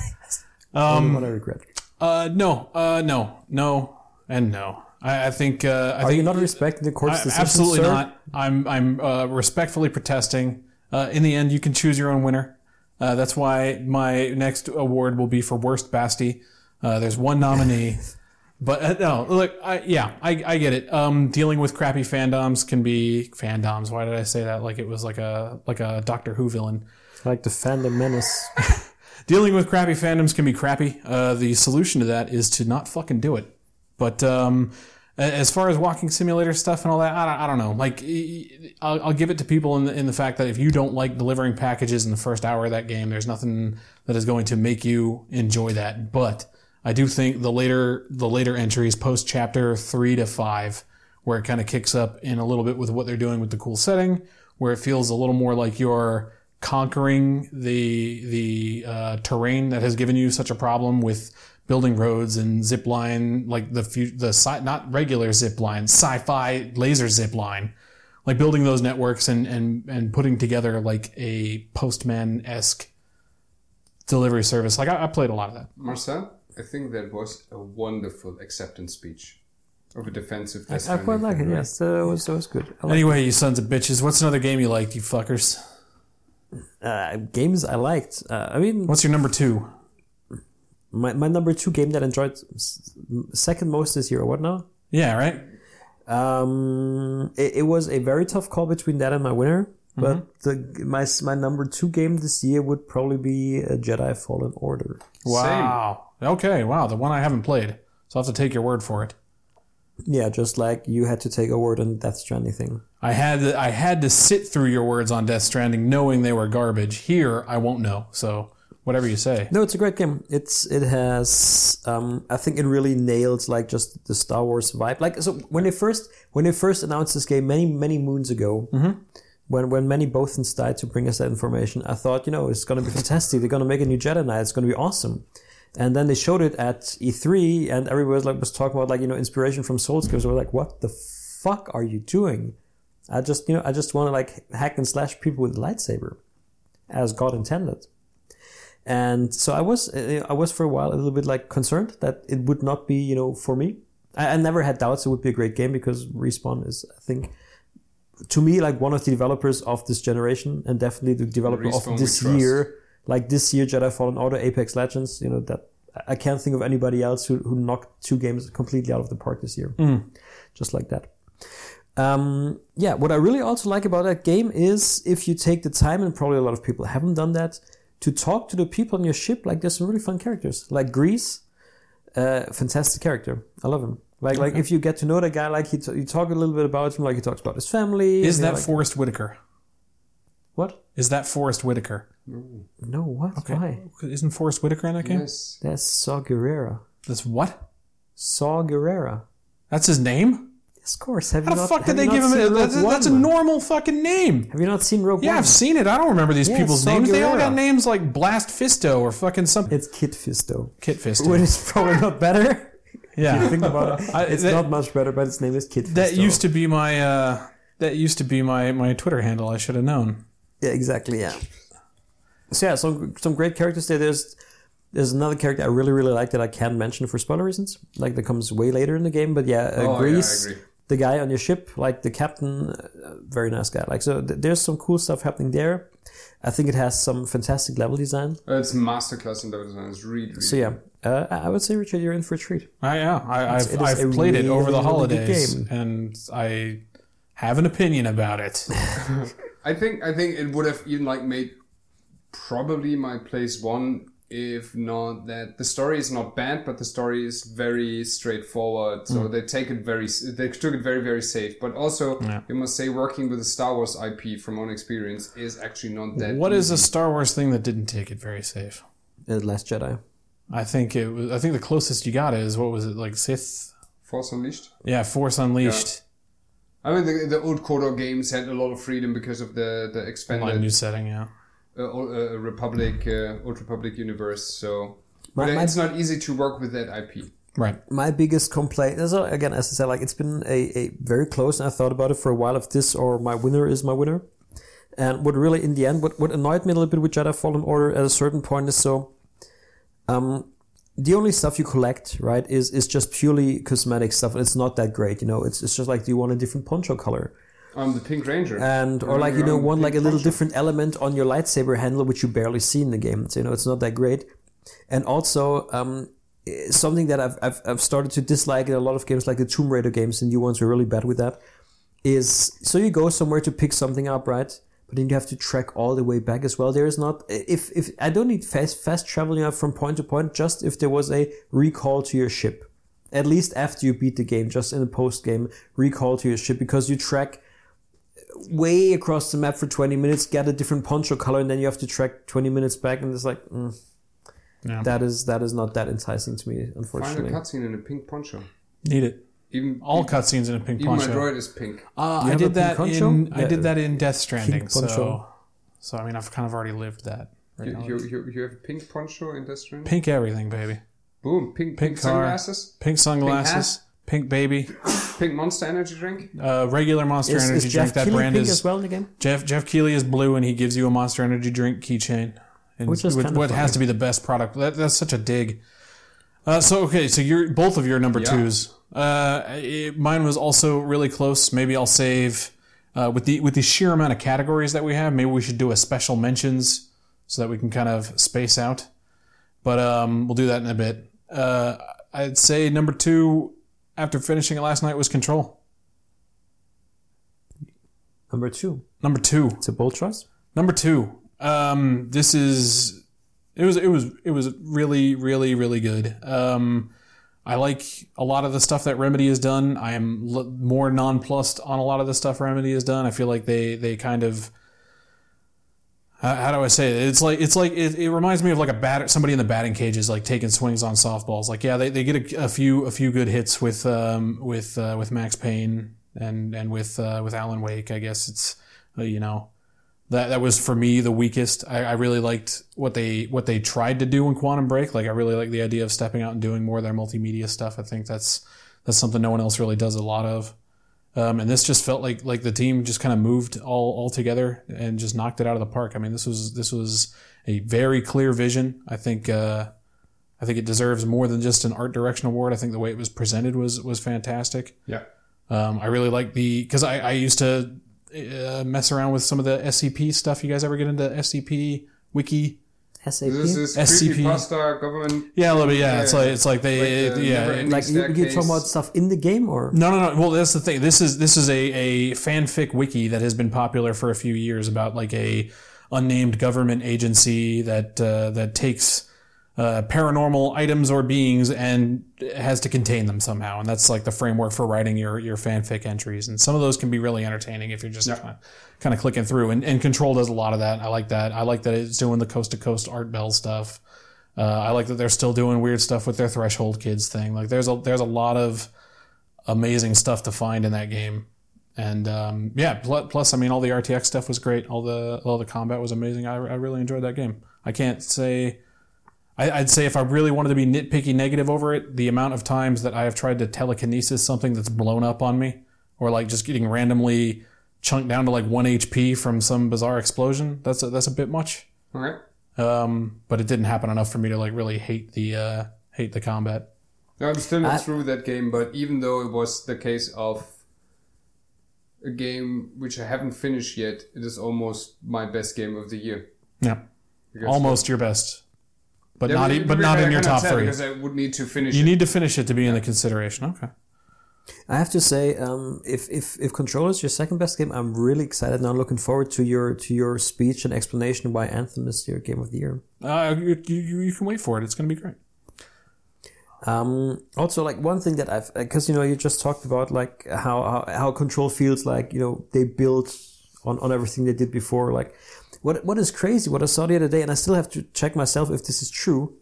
Speaker 3: Um, what I regret.
Speaker 5: uh, no, uh, no, no, and no. I, I think. Uh, I
Speaker 3: Are
Speaker 5: think
Speaker 3: you not respecting the court's
Speaker 5: I-
Speaker 3: decision?
Speaker 5: absolutely
Speaker 3: sir?
Speaker 5: not. I'm I'm uh, respectfully protesting. Uh, in the end, you can choose your own winner. Uh, that's why my next award will be for worst Basti. Uh, there's one nominee, but uh, no, look, I, yeah, I, I get it. Um, dealing with crappy fandoms can be fandoms. Why did I say that? Like it was like a like a Doctor Who villain.
Speaker 3: Like the fandom menace.
Speaker 5: Dealing with crappy fandoms can be crappy. Uh, the solution to that is to not fucking do it. But um, a- as far as walking simulator stuff and all that, I don't, I don't know. Like, e- e- I'll, I'll give it to people in the, in the fact that if you don't like delivering packages in the first hour of that game, there's nothing that is going to make you enjoy that. But I do think the later the later entries, post chapter three to five, where it kind of kicks up in a little bit with what they're doing with the cool setting, where it feels a little more like you're conquering the the uh, terrain that has given you such a problem with building roads and zip line, like the fu- the sci- not regular zip line, sci-fi laser zip line, like building those networks and and and putting together like a postman esque delivery service. Like I, I played a lot of that.
Speaker 4: Marcel, I think that was a wonderful acceptance speech of a defensive test.
Speaker 3: I quite like it, yes. That was, that was good. I like
Speaker 5: Anyway, you sons of bitches, what's another game you liked, you fuckers?
Speaker 3: uh, games I liked. Uh, I mean,
Speaker 5: What's your number two?
Speaker 3: my, my number two game that I enjoyed s- second most this year, or what now?
Speaker 5: Yeah, right.
Speaker 3: Um, it, it was a very tough call between that and my winner. But the my s- my number two game this year would probably be uh, Jedi Fallen Order.
Speaker 5: Wow. Okay. Wow. The one I haven't played, so I'll have to take your word for it.
Speaker 3: Yeah, just like you had to take a word on Death Stranding thing.
Speaker 5: I had to, I had to sit through your words on Death Stranding, knowing they were garbage. Here, I won't know. So whatever you say.
Speaker 3: No, it's a great game. It's it has um, I think it really nailed like just the Star Wars vibe. Like so when they first when they first announced this game many many moons ago, when when many Bothans died to bring us that information, I thought you know it's gonna be fantastic. They're gonna make a new Jedi Knight. It's gonna be awesome. And then they showed it at E3, and everybody was like was talking about like you know inspiration from Souls games. We're like, what the fuck are you doing? I just you know I just want to like hack and slash people with a lightsaber, as God intended and so I was uh, I was for a while a little bit like concerned that it would not be you know for me. I, I never had doubts it would be a great game because Respawn is I think to me like one of the developers of this generation and definitely the developer
Speaker 4: Respawn we
Speaker 3: of this
Speaker 4: trust.
Speaker 3: year. Like this year, Jedi Fallen Order, Apex Legends. You know that I- I can't think of anybody else who, who knocked two games completely out of the park this year, just like that. Um, yeah, what I really also like about that game is if you take the time, and probably a lot of people haven't done that, to talk to the people on your ship. Like there's some really fun characters, like Grease, uh, fantastic character. I love him. Like like if you get to know the guy, like he t- you talk a little bit about him, like he talks about his family.
Speaker 5: Is
Speaker 3: and you're
Speaker 5: that
Speaker 3: like,
Speaker 5: Forrest Whitaker?
Speaker 3: what?
Speaker 5: Is that Forrest Whitaker?
Speaker 3: No, what? Why?
Speaker 5: Isn't Forrest Whitaker in that game?
Speaker 4: Yes.
Speaker 3: That's Saw Gerrera.
Speaker 5: That's what?
Speaker 3: Saw Gerrera.
Speaker 5: That's his name?
Speaker 3: Yes, of course. Have
Speaker 5: How
Speaker 3: you
Speaker 5: the
Speaker 3: not,
Speaker 5: fuck did
Speaker 3: have
Speaker 5: they
Speaker 3: you
Speaker 5: give
Speaker 3: not
Speaker 5: him?
Speaker 3: seen
Speaker 5: A,
Speaker 3: Rogue
Speaker 5: that's, a,
Speaker 3: One,
Speaker 5: that's a
Speaker 3: man?
Speaker 5: normal fucking name.
Speaker 3: Have you not seen Rogue
Speaker 5: Yeah,
Speaker 3: One?
Speaker 5: I've seen it. I don't remember these
Speaker 3: Yeah,
Speaker 5: people's
Speaker 3: Saul
Speaker 5: names. They all got
Speaker 3: Guerrero.
Speaker 5: names like Blast Fisto or fucking something.
Speaker 3: It's Kid Fisto,
Speaker 5: Kit Fisto.
Speaker 3: which is probably not better.
Speaker 5: yeah.
Speaker 3: Think about it.
Speaker 5: I-
Speaker 3: it's
Speaker 5: that-
Speaker 3: not much better, but its name is Kid
Speaker 5: that
Speaker 3: Fisto.
Speaker 5: used to be my uh, that used to be my my Twitter handle. I should have known.
Speaker 3: Yeah, exactly. Yeah. So yeah, some some great characters there. There's there's another character I really really like that I can't mention for spoiler reasons. Like that comes way later in the game, but yeah, uh,
Speaker 4: Oh, yeah, I
Speaker 3: Grease,
Speaker 4: agree.
Speaker 3: the guy on your ship, like the captain, uh, very nice guy. Like so, th- there's some cool stuff happening there. I think it has some fantastic level design.
Speaker 4: Uh, it's masterclass in level design. It's really, really
Speaker 3: So yeah, uh, I I would say Richard, you're in for a treat.
Speaker 5: I yeah, I, I've,
Speaker 3: it is
Speaker 5: I've
Speaker 3: a
Speaker 5: played it over the
Speaker 3: really, really good
Speaker 5: holidays,
Speaker 3: game.
Speaker 5: and I have an opinion about it.
Speaker 4: I think I think it would have even like made probably my place one if not that the story is not bad but the story is very straightforward so
Speaker 3: Mm.
Speaker 4: they take it very s- they took it very very safe but also you must say working with the star wars ip from own experience is actually not that
Speaker 5: what is a Star Wars thing that didn't take it very safe?
Speaker 3: Uh, Last Jedi.
Speaker 5: I think it was. I think the closest you got is what was it like Sith?
Speaker 4: Force Unleashed.
Speaker 5: Yeah, Force Unleashed.
Speaker 4: I mean, the, the old Kodor games had a lot of freedom because of the the
Speaker 5: Like new
Speaker 4: expanded
Speaker 5: setting. Yeah.
Speaker 4: uh, uh, Republic, uh, Old Republic universe. So,
Speaker 3: My-
Speaker 4: but
Speaker 3: my-
Speaker 4: it's not easy to work with that IP.
Speaker 5: Right.
Speaker 3: my biggest complaint is uh, again as i said like it's been a, a very close and i thought about it for a while if this or my winner is my winner and what really in the end what, what annoyed me a little bit with jedi fallen order at a certain point is so um the only stuff you collect right is is just purely cosmetic stuff and it's not that great you know it's, it's just like do you want a different poncho color
Speaker 4: I'm the Pink Ranger.
Speaker 3: and or
Speaker 4: Remember
Speaker 3: like you know
Speaker 4: I'm the
Speaker 3: one
Speaker 4: Pink
Speaker 3: like a little
Speaker 4: Ranger?
Speaker 3: different element on your lightsaber handle which you barely see in the game so you know it's not that great and also um eh, something that I've, I've, I've started to dislike in a lot of games like the tomb raider games and new ones were really bad with that is so you go somewhere to pick something up right but then you have to trek all the way back as well there is not if if i don't need fast fast travel you know, from point to point just if there was a recall to your ship at least after you beat the game just in the post game recall to your ship because you track way across the map for 20 minutes, get a different poncho color, and then you have to trek 20 minutes back, and it's like, mm,
Speaker 5: Yeah.
Speaker 3: that is that is not that enticing to me,
Speaker 4: Find a
Speaker 3: unfortunately.
Speaker 4: cutscene in a pink poncho.
Speaker 5: Need it.
Speaker 4: Even
Speaker 5: All cutscenes in a pink
Speaker 4: even my
Speaker 5: poncho.
Speaker 4: droid is pink.
Speaker 5: Uh,
Speaker 3: have
Speaker 5: I
Speaker 3: a
Speaker 5: did
Speaker 3: pink
Speaker 5: that
Speaker 3: poncho?
Speaker 5: in. I
Speaker 3: Yeah.
Speaker 5: did that in Death Stranding.
Speaker 3: Pink poncho.
Speaker 5: So, so I mean, I've kind of already lived that. Right
Speaker 4: You,
Speaker 5: now.
Speaker 4: you, you, you have a pink poncho in this room.
Speaker 5: Pink everything, baby.
Speaker 4: Boom! Pink pink,
Speaker 5: car.
Speaker 4: sunglasses.
Speaker 5: Pink sunglasses.
Speaker 4: ass.
Speaker 5: Pink, baby.
Speaker 4: Pink Monster Energy drink.
Speaker 5: Uh, regular Monster
Speaker 3: Is,
Speaker 5: Energy
Speaker 3: is
Speaker 5: drink.
Speaker 3: Jeff
Speaker 5: That
Speaker 3: Keighley
Speaker 5: brand
Speaker 3: pink
Speaker 5: is
Speaker 3: as well in the game?
Speaker 5: Jeff Jeff Keeley is blue, and he gives you a Monster Energy drink keychain, and
Speaker 3: Which is
Speaker 5: with-
Speaker 3: kinda
Speaker 5: what has
Speaker 3: funny.
Speaker 5: to be the best product. That, that's such a dig. Uh, so okay, so you're both of your number
Speaker 4: Yeah.
Speaker 5: twos. Uh, it- mine was also really close. Maybe I'll save uh, with the with the sheer amount of categories that we have. Maybe we should do a special mentions so that we can kind of space out. But um, we'll do that in a bit. Uh, I'd say number two after finishing it last night was Control.
Speaker 3: Number two.
Speaker 5: Number two.
Speaker 3: It's a bold choice.
Speaker 5: Number two, um, this is it was it was it was really really really good. Um, I like a lot of the stuff that Remedy has done. I am l- more nonplussed on a lot of the stuff Remedy has done. I feel like they they kind of how how do I say it? It's like it's like it, it reminds me of like a bat somebody in the batting cages like taking swings on softballs. Like yeah, they, they get a, a few a few good hits with um, with uh, with Max Payne and and with uh, with Alan Wake. I guess it's uh, you know that that was for me the weakest. I, I really liked what they what they tried to do in Quantum Break. Like I really like the idea of stepping out and doing more of their multimedia stuff. I think that's that's something no one else really does a lot of. Um, and this just felt like like the team just kind of moved all all together and just knocked it out of the park. I mean, this was this was a very clear vision. I think uh, I think it deserves more than just an art direction award. I think the way it was presented was was fantastic.
Speaker 4: Yeah.
Speaker 5: Um, I really like the because I, I used to uh, mess around with some of the SCP stuff. You guys ever get into SCP wiki?
Speaker 3: SAP?
Speaker 4: This is
Speaker 5: SCP.
Speaker 4: creepy pasta government.
Speaker 5: Yeah, a little bit. Yeah, it's
Speaker 4: Yeah.
Speaker 5: like it's like they
Speaker 4: Like the
Speaker 5: yeah.
Speaker 4: never-ending
Speaker 3: like, you, you talking about
Speaker 4: staircase.
Speaker 3: stuff in the game, or?
Speaker 5: no, no, no. Well, that's the thing. This is this is a, a fanfic wiki that has been popular for a few years about like a unnamed government agency that uh, that takes uh, paranormal items or beings and has to contain them somehow. And that's like the framework for writing your, your fanfic entries. And some of those can be really entertaining if you're just kind, of, kind of clicking through. And, and Control does a lot of that. I like that. I like that it's doing the coast to coast Art Bell stuff. Uh, I like that they're still doing weird stuff with their Threshold Kids thing. Like there's a there's a lot of amazing stuff to find in that game. And um, yeah, pl- plus I mean, all the RTX stuff was great. All the all the combat was amazing. I, I really enjoyed that game. I can't say I, I'd say if I really wanted to be nitpicky negative over it, the amount of times that I have tried to telekinesis something that's blown up on me, or like just getting randomly chunked down to like one HP from some bizarre explosion, that's a, that's a bit much.
Speaker 4: Okay.
Speaker 5: Um, but it didn't happen enough for me to like really hate the uh, hate the combat.
Speaker 4: No, I'm still not through that game, but even though it was the case of a game which I haven't finished yet, it is almost my best game of the year.
Speaker 5: Yeah,
Speaker 4: Because-
Speaker 5: almost your best, but
Speaker 4: Yeah,
Speaker 5: not
Speaker 4: but-
Speaker 5: e- but not in
Speaker 4: I
Speaker 5: your
Speaker 4: cannot
Speaker 5: top
Speaker 4: tell
Speaker 5: three.
Speaker 4: Because I would need to finish
Speaker 5: You
Speaker 4: it.
Speaker 5: need to finish it to be in the consideration. Okay.
Speaker 3: I have to say, um, if, if, if Control is your second best game, I'm really excited now. Looking forward to your to your speech and explanation why Anthem is your game of the year.
Speaker 5: Uh, you, you, you can wait for it. It's going to be great.
Speaker 3: Um, also, like one thing that I've, because you know, you just talked about like how, how how Control feels like you know they built on on everything they did before. Like, what what is crazy? What I saw the other day, and I still have to check myself if this is true.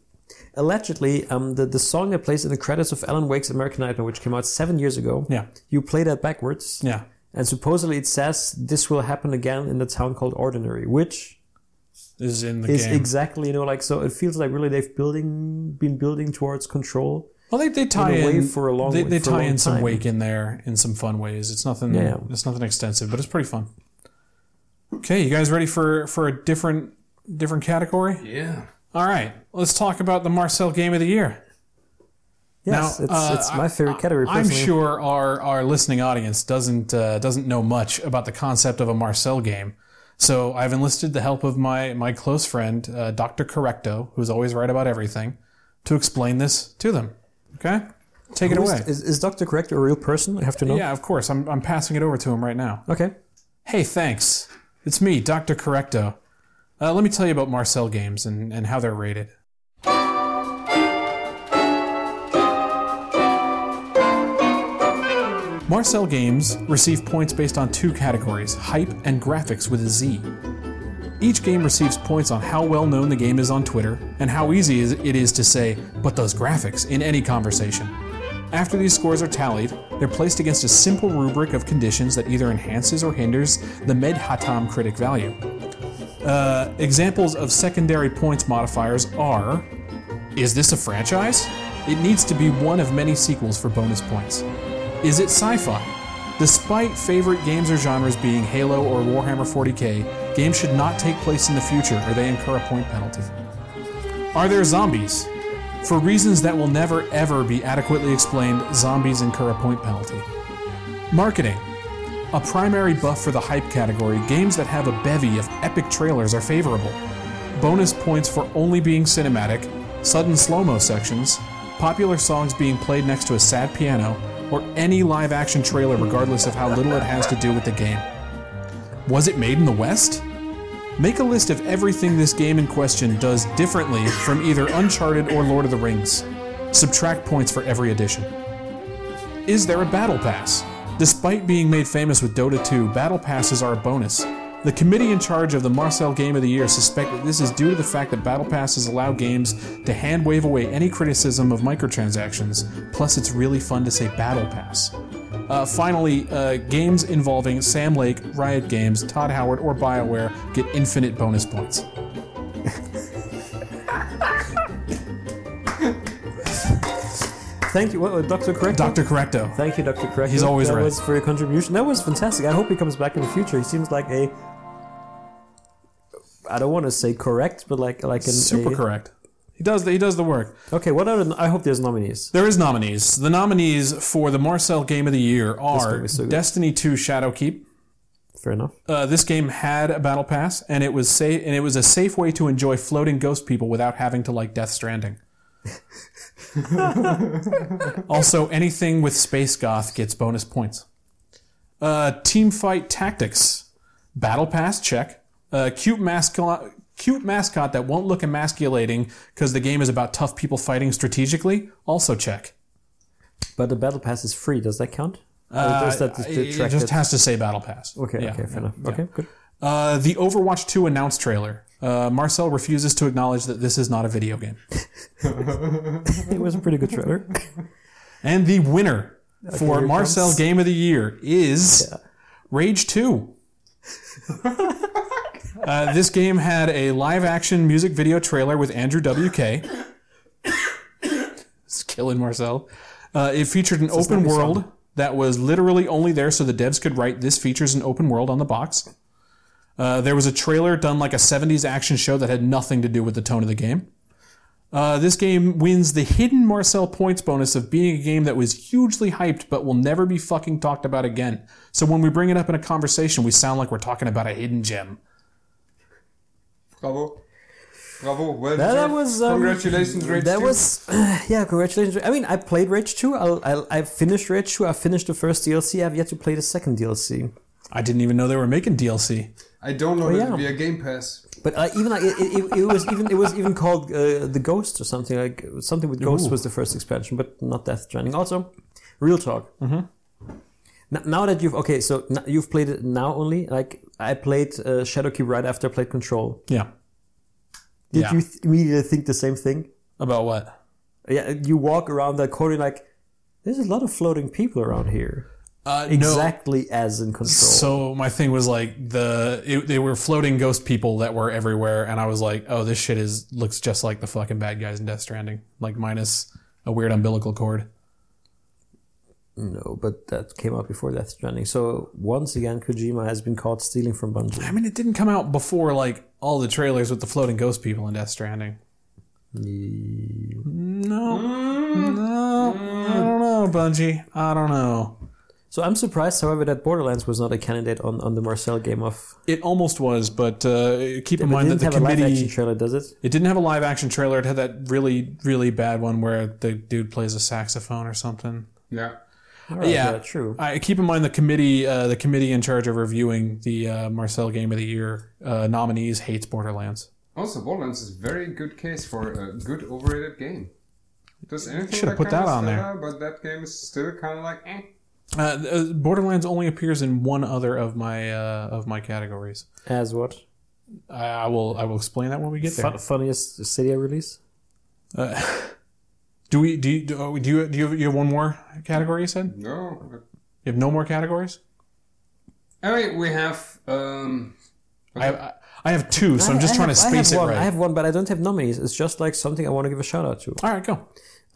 Speaker 3: allegedly, um, the, the song that plays in the credits of Alan Wake's American Nightmare, which came out seven years ago,
Speaker 5: Yeah.
Speaker 3: you play that backwards.
Speaker 5: Yeah.
Speaker 3: And supposedly it says this will happen again in the town called Ordinary, which
Speaker 5: Is in the
Speaker 3: is
Speaker 5: game.
Speaker 3: exactly, you know, like, so it feels like really they've building been building towards control.
Speaker 5: well, they, they tie
Speaker 3: in a
Speaker 5: in,
Speaker 3: way for a long-
Speaker 5: They, they
Speaker 3: for a
Speaker 5: tie
Speaker 3: long
Speaker 5: in some
Speaker 3: time.
Speaker 5: wake in there in some fun ways. It's nothing.
Speaker 3: Yeah.
Speaker 5: It's nothing extensive, but it's pretty fun. Okay, you guys ready for for a different different category?
Speaker 4: Yeah.
Speaker 5: All right, let's talk about the Marcel Game of the Year.
Speaker 3: Yes,
Speaker 5: Now,
Speaker 3: it's,
Speaker 5: uh,
Speaker 3: it's my favorite category.
Speaker 5: I'm
Speaker 3: Personally.
Speaker 5: sure our, our listening audience doesn't uh, doesn't know much about the concept of a Marcel game, so I've enlisted the help of my my close friend uh, Dr. Correcto, who's always right about everything, to explain this to them. Okay, take it
Speaker 3: Who is-
Speaker 5: away.
Speaker 3: Is, is Dr. Correct a real person? I have to know.
Speaker 5: yeah, of course. I'm I'm passing it over to him right now.
Speaker 3: Okay.
Speaker 5: Hey, thanks. It's me, Dr. Correcto. Uh, let me tell you about Marcel games and, and how they're rated. Marcel games receive points based on two categories hype and graphics with a Z. Each game receives points on how well known the game is on Twitter and how easy is- it is to say, but those graphics, in any conversation. After these scores are tallied, they're placed against a simple rubric of conditions that either enhances or hinders the Medhatam critic value. Uh, examples of secondary points modifiers are Is this a franchise? It needs to be one of many sequels for bonus points. Is it sci fi? Despite favorite games or genres being Halo or Warhammer 40k, games should not take place in the future or they incur a point penalty. Are there zombies? For reasons that will never ever be adequately explained, zombies incur a point penalty. Marketing. A primary buff for the hype category, games that have a bevy of epic trailers are favorable. Bonus points for only being cinematic, sudden slow mo sections, popular songs being played next to a sad piano, or any live action trailer, regardless of how little it has to do with the game. Was it made in the West? Make a list of everything this game in question does differently from either Uncharted or Lord of the Rings. Subtract points for every edition. Is there a Battle Pass? Despite being made famous with Dota 2, Battle Passes are a bonus. The committee in charge of the Marcel Game of the Year suspect that this is due to the fact that Battle Passes allow games to hand wave away any criticism of microtransactions, plus, it's really fun to say Battle Pass. Uh, finally, uh, games involving Sam Lake, Riot Games, Todd Howard, or BioWare get infinite bonus points.
Speaker 3: Thank you, well, uh, Dr. Correct.
Speaker 5: Dr. Correcto.
Speaker 3: Thank you, Dr. Correct.
Speaker 5: He's always
Speaker 3: that
Speaker 5: right.
Speaker 3: was for your contribution. That was fantastic. I hope he comes back in the future. He seems like a. I don't want to say correct, but like like an
Speaker 5: Super
Speaker 3: a-
Speaker 5: correct. He does the, he does the work.
Speaker 3: Okay, what are the, I hope there's nominees.
Speaker 5: There is nominees. The nominees for the Marcel Game of the Year
Speaker 3: gonna
Speaker 5: are
Speaker 3: be so good.
Speaker 5: Destiny 2 Shadowkeep.
Speaker 3: Fair enough.
Speaker 5: Uh, this game had a battle pass, and it was safe, and it was a safe way to enjoy floating ghost people without having to like Death Stranding. also, anything with space goth gets bonus points. Uh, team fight tactics, battle pass check. Uh, cute mascot, cute mascot that won't look emasculating because the game is about tough people fighting strategically. Also check.
Speaker 3: But the battle pass is free. Does that count? Uh, does that
Speaker 5: Uh, it
Speaker 3: detract
Speaker 5: just
Speaker 3: it?
Speaker 5: has to say battle pass.
Speaker 3: okay,
Speaker 5: Yeah.
Speaker 3: okay, fair enough. Okay, good.
Speaker 5: Uh, the Overwatch 2 announce trailer. Uh, Marcel refuses to acknowledge that this is not a video game.
Speaker 3: It was a pretty good trailer.
Speaker 5: And the winner for
Speaker 3: here it
Speaker 5: Marcel
Speaker 3: comes.
Speaker 5: Game of the Year is Rage 2. uh, this game had a live action music video trailer with Andrew W.K. it's killing Marcel. Uh, it featured an open world that was literally only there so the devs could write this features an open world on the box. Uh, there was a trailer done like a 70s action show that had nothing to do with the tone of the game. Uh, this game wins the hidden Marcel points bonus of being a game that was hugely hyped but will never be fucking talked about again. So when we bring it up in a conversation, we sound like we're talking about a hidden gem.
Speaker 4: Bravo. Bravo. Well
Speaker 3: That, that
Speaker 4: deserved.
Speaker 3: was um,
Speaker 4: Congratulations, Rage
Speaker 3: That
Speaker 4: 2.
Speaker 3: was yeah, congratulations. I mean, I played Rage Two. I, I I finished Rage Two. I finished the first DLC. I've yet to play the second DLC.
Speaker 5: I didn't even know they were making DLC.
Speaker 4: I don't know that
Speaker 3: yeah.
Speaker 4: it'll be a Game Pass.
Speaker 3: But uh, even like it, it, it was even it was even called uh, the Ghost or something like something with Ghost was the first expansion, but not Death Stranding. Also, real talk. Mm-hmm. now that you've okay, so n- you've played it now only. Like I played uh, Shadowkeep right after I played Control.
Speaker 5: Yeah.
Speaker 3: Did
Speaker 5: Yeah.
Speaker 3: you th- immediately think the same thing?
Speaker 5: About what?
Speaker 3: Yeah, you walk around that quarry like there's a lot of floating people around here.
Speaker 5: Uh,
Speaker 3: Exactly as in control.
Speaker 5: So my thing was like the it, they were floating ghost people that were everywhere, and I was like, oh, this shit is looks just like the fucking bad guys in Death Stranding, like minus a weird umbilical cord.
Speaker 3: no, but that came out before Death Stranding. So once again, Kojima has been caught stealing from
Speaker 5: I
Speaker 3: Bungie.
Speaker 5: mean, it didn't come out before like all the trailers with the floating ghost people in Death Stranding.
Speaker 3: Mm.
Speaker 5: No, no, I don't know, Bungie. I don't know.
Speaker 3: So I'm surprised, however, that Borderlands was not a candidate on, on the Marcel game of.
Speaker 5: It almost was, but uh, keep in
Speaker 3: But it
Speaker 5: mind
Speaker 3: didn't
Speaker 5: that the
Speaker 3: have a live action
Speaker 5: committee
Speaker 3: trailer, does it?
Speaker 5: It didn't have a live action trailer. It had that really, really bad one where the dude plays a saxophone or something.
Speaker 4: Yeah.
Speaker 3: Alright,
Speaker 5: yeah.
Speaker 3: true.
Speaker 5: I keep in mind the committee, uh, the committee in charge of reviewing the uh, Marcel Game of the Year uh, nominees hates Borderlands.
Speaker 4: Also, Borderlands is a very good case for a good overrated game. Does anything
Speaker 5: Should've
Speaker 4: that
Speaker 5: put
Speaker 4: comes
Speaker 5: that on
Speaker 4: out,
Speaker 5: there.
Speaker 4: But that game is still kind of like, eh.
Speaker 5: Uh, uh, Borderlands only appears in one other of my uh, of my categories.
Speaker 3: As what?
Speaker 5: I, I will I will explain that when we get there.
Speaker 3: Fun- funniest Cydia release?
Speaker 5: Do we do you, do oh, do you do you have, you have one more category? You said
Speaker 4: No, but-
Speaker 5: you have no more categories.
Speaker 4: I mean, we have. Um,
Speaker 5: I, I I have two, so I'm just
Speaker 3: I
Speaker 5: trying
Speaker 3: have-
Speaker 5: to
Speaker 3: I have
Speaker 5: space it
Speaker 3: one,
Speaker 5: right.
Speaker 3: I have one, but I don't have nominees. It's just like something I want to give a shout out to.
Speaker 5: All right, go.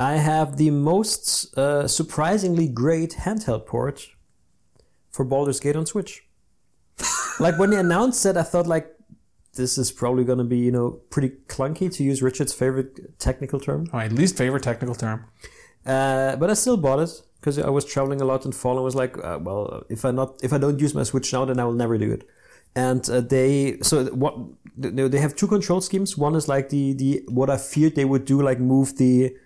Speaker 3: I have the most uh, surprisingly great handheld port for Baldur's Gate on Switch. like when they announced it, I thought like this is probably going to be you know pretty clunky to use Richard's favorite technical term.
Speaker 5: My least favorite technical term.
Speaker 3: Uh, but I still bought it because I was traveling a lot in fall and was like, uh, well, if I not if I don't use my Switch now, then I will never do it. And uh, they so what they they have two control schemes. One is like the the what I feared they would do, like move the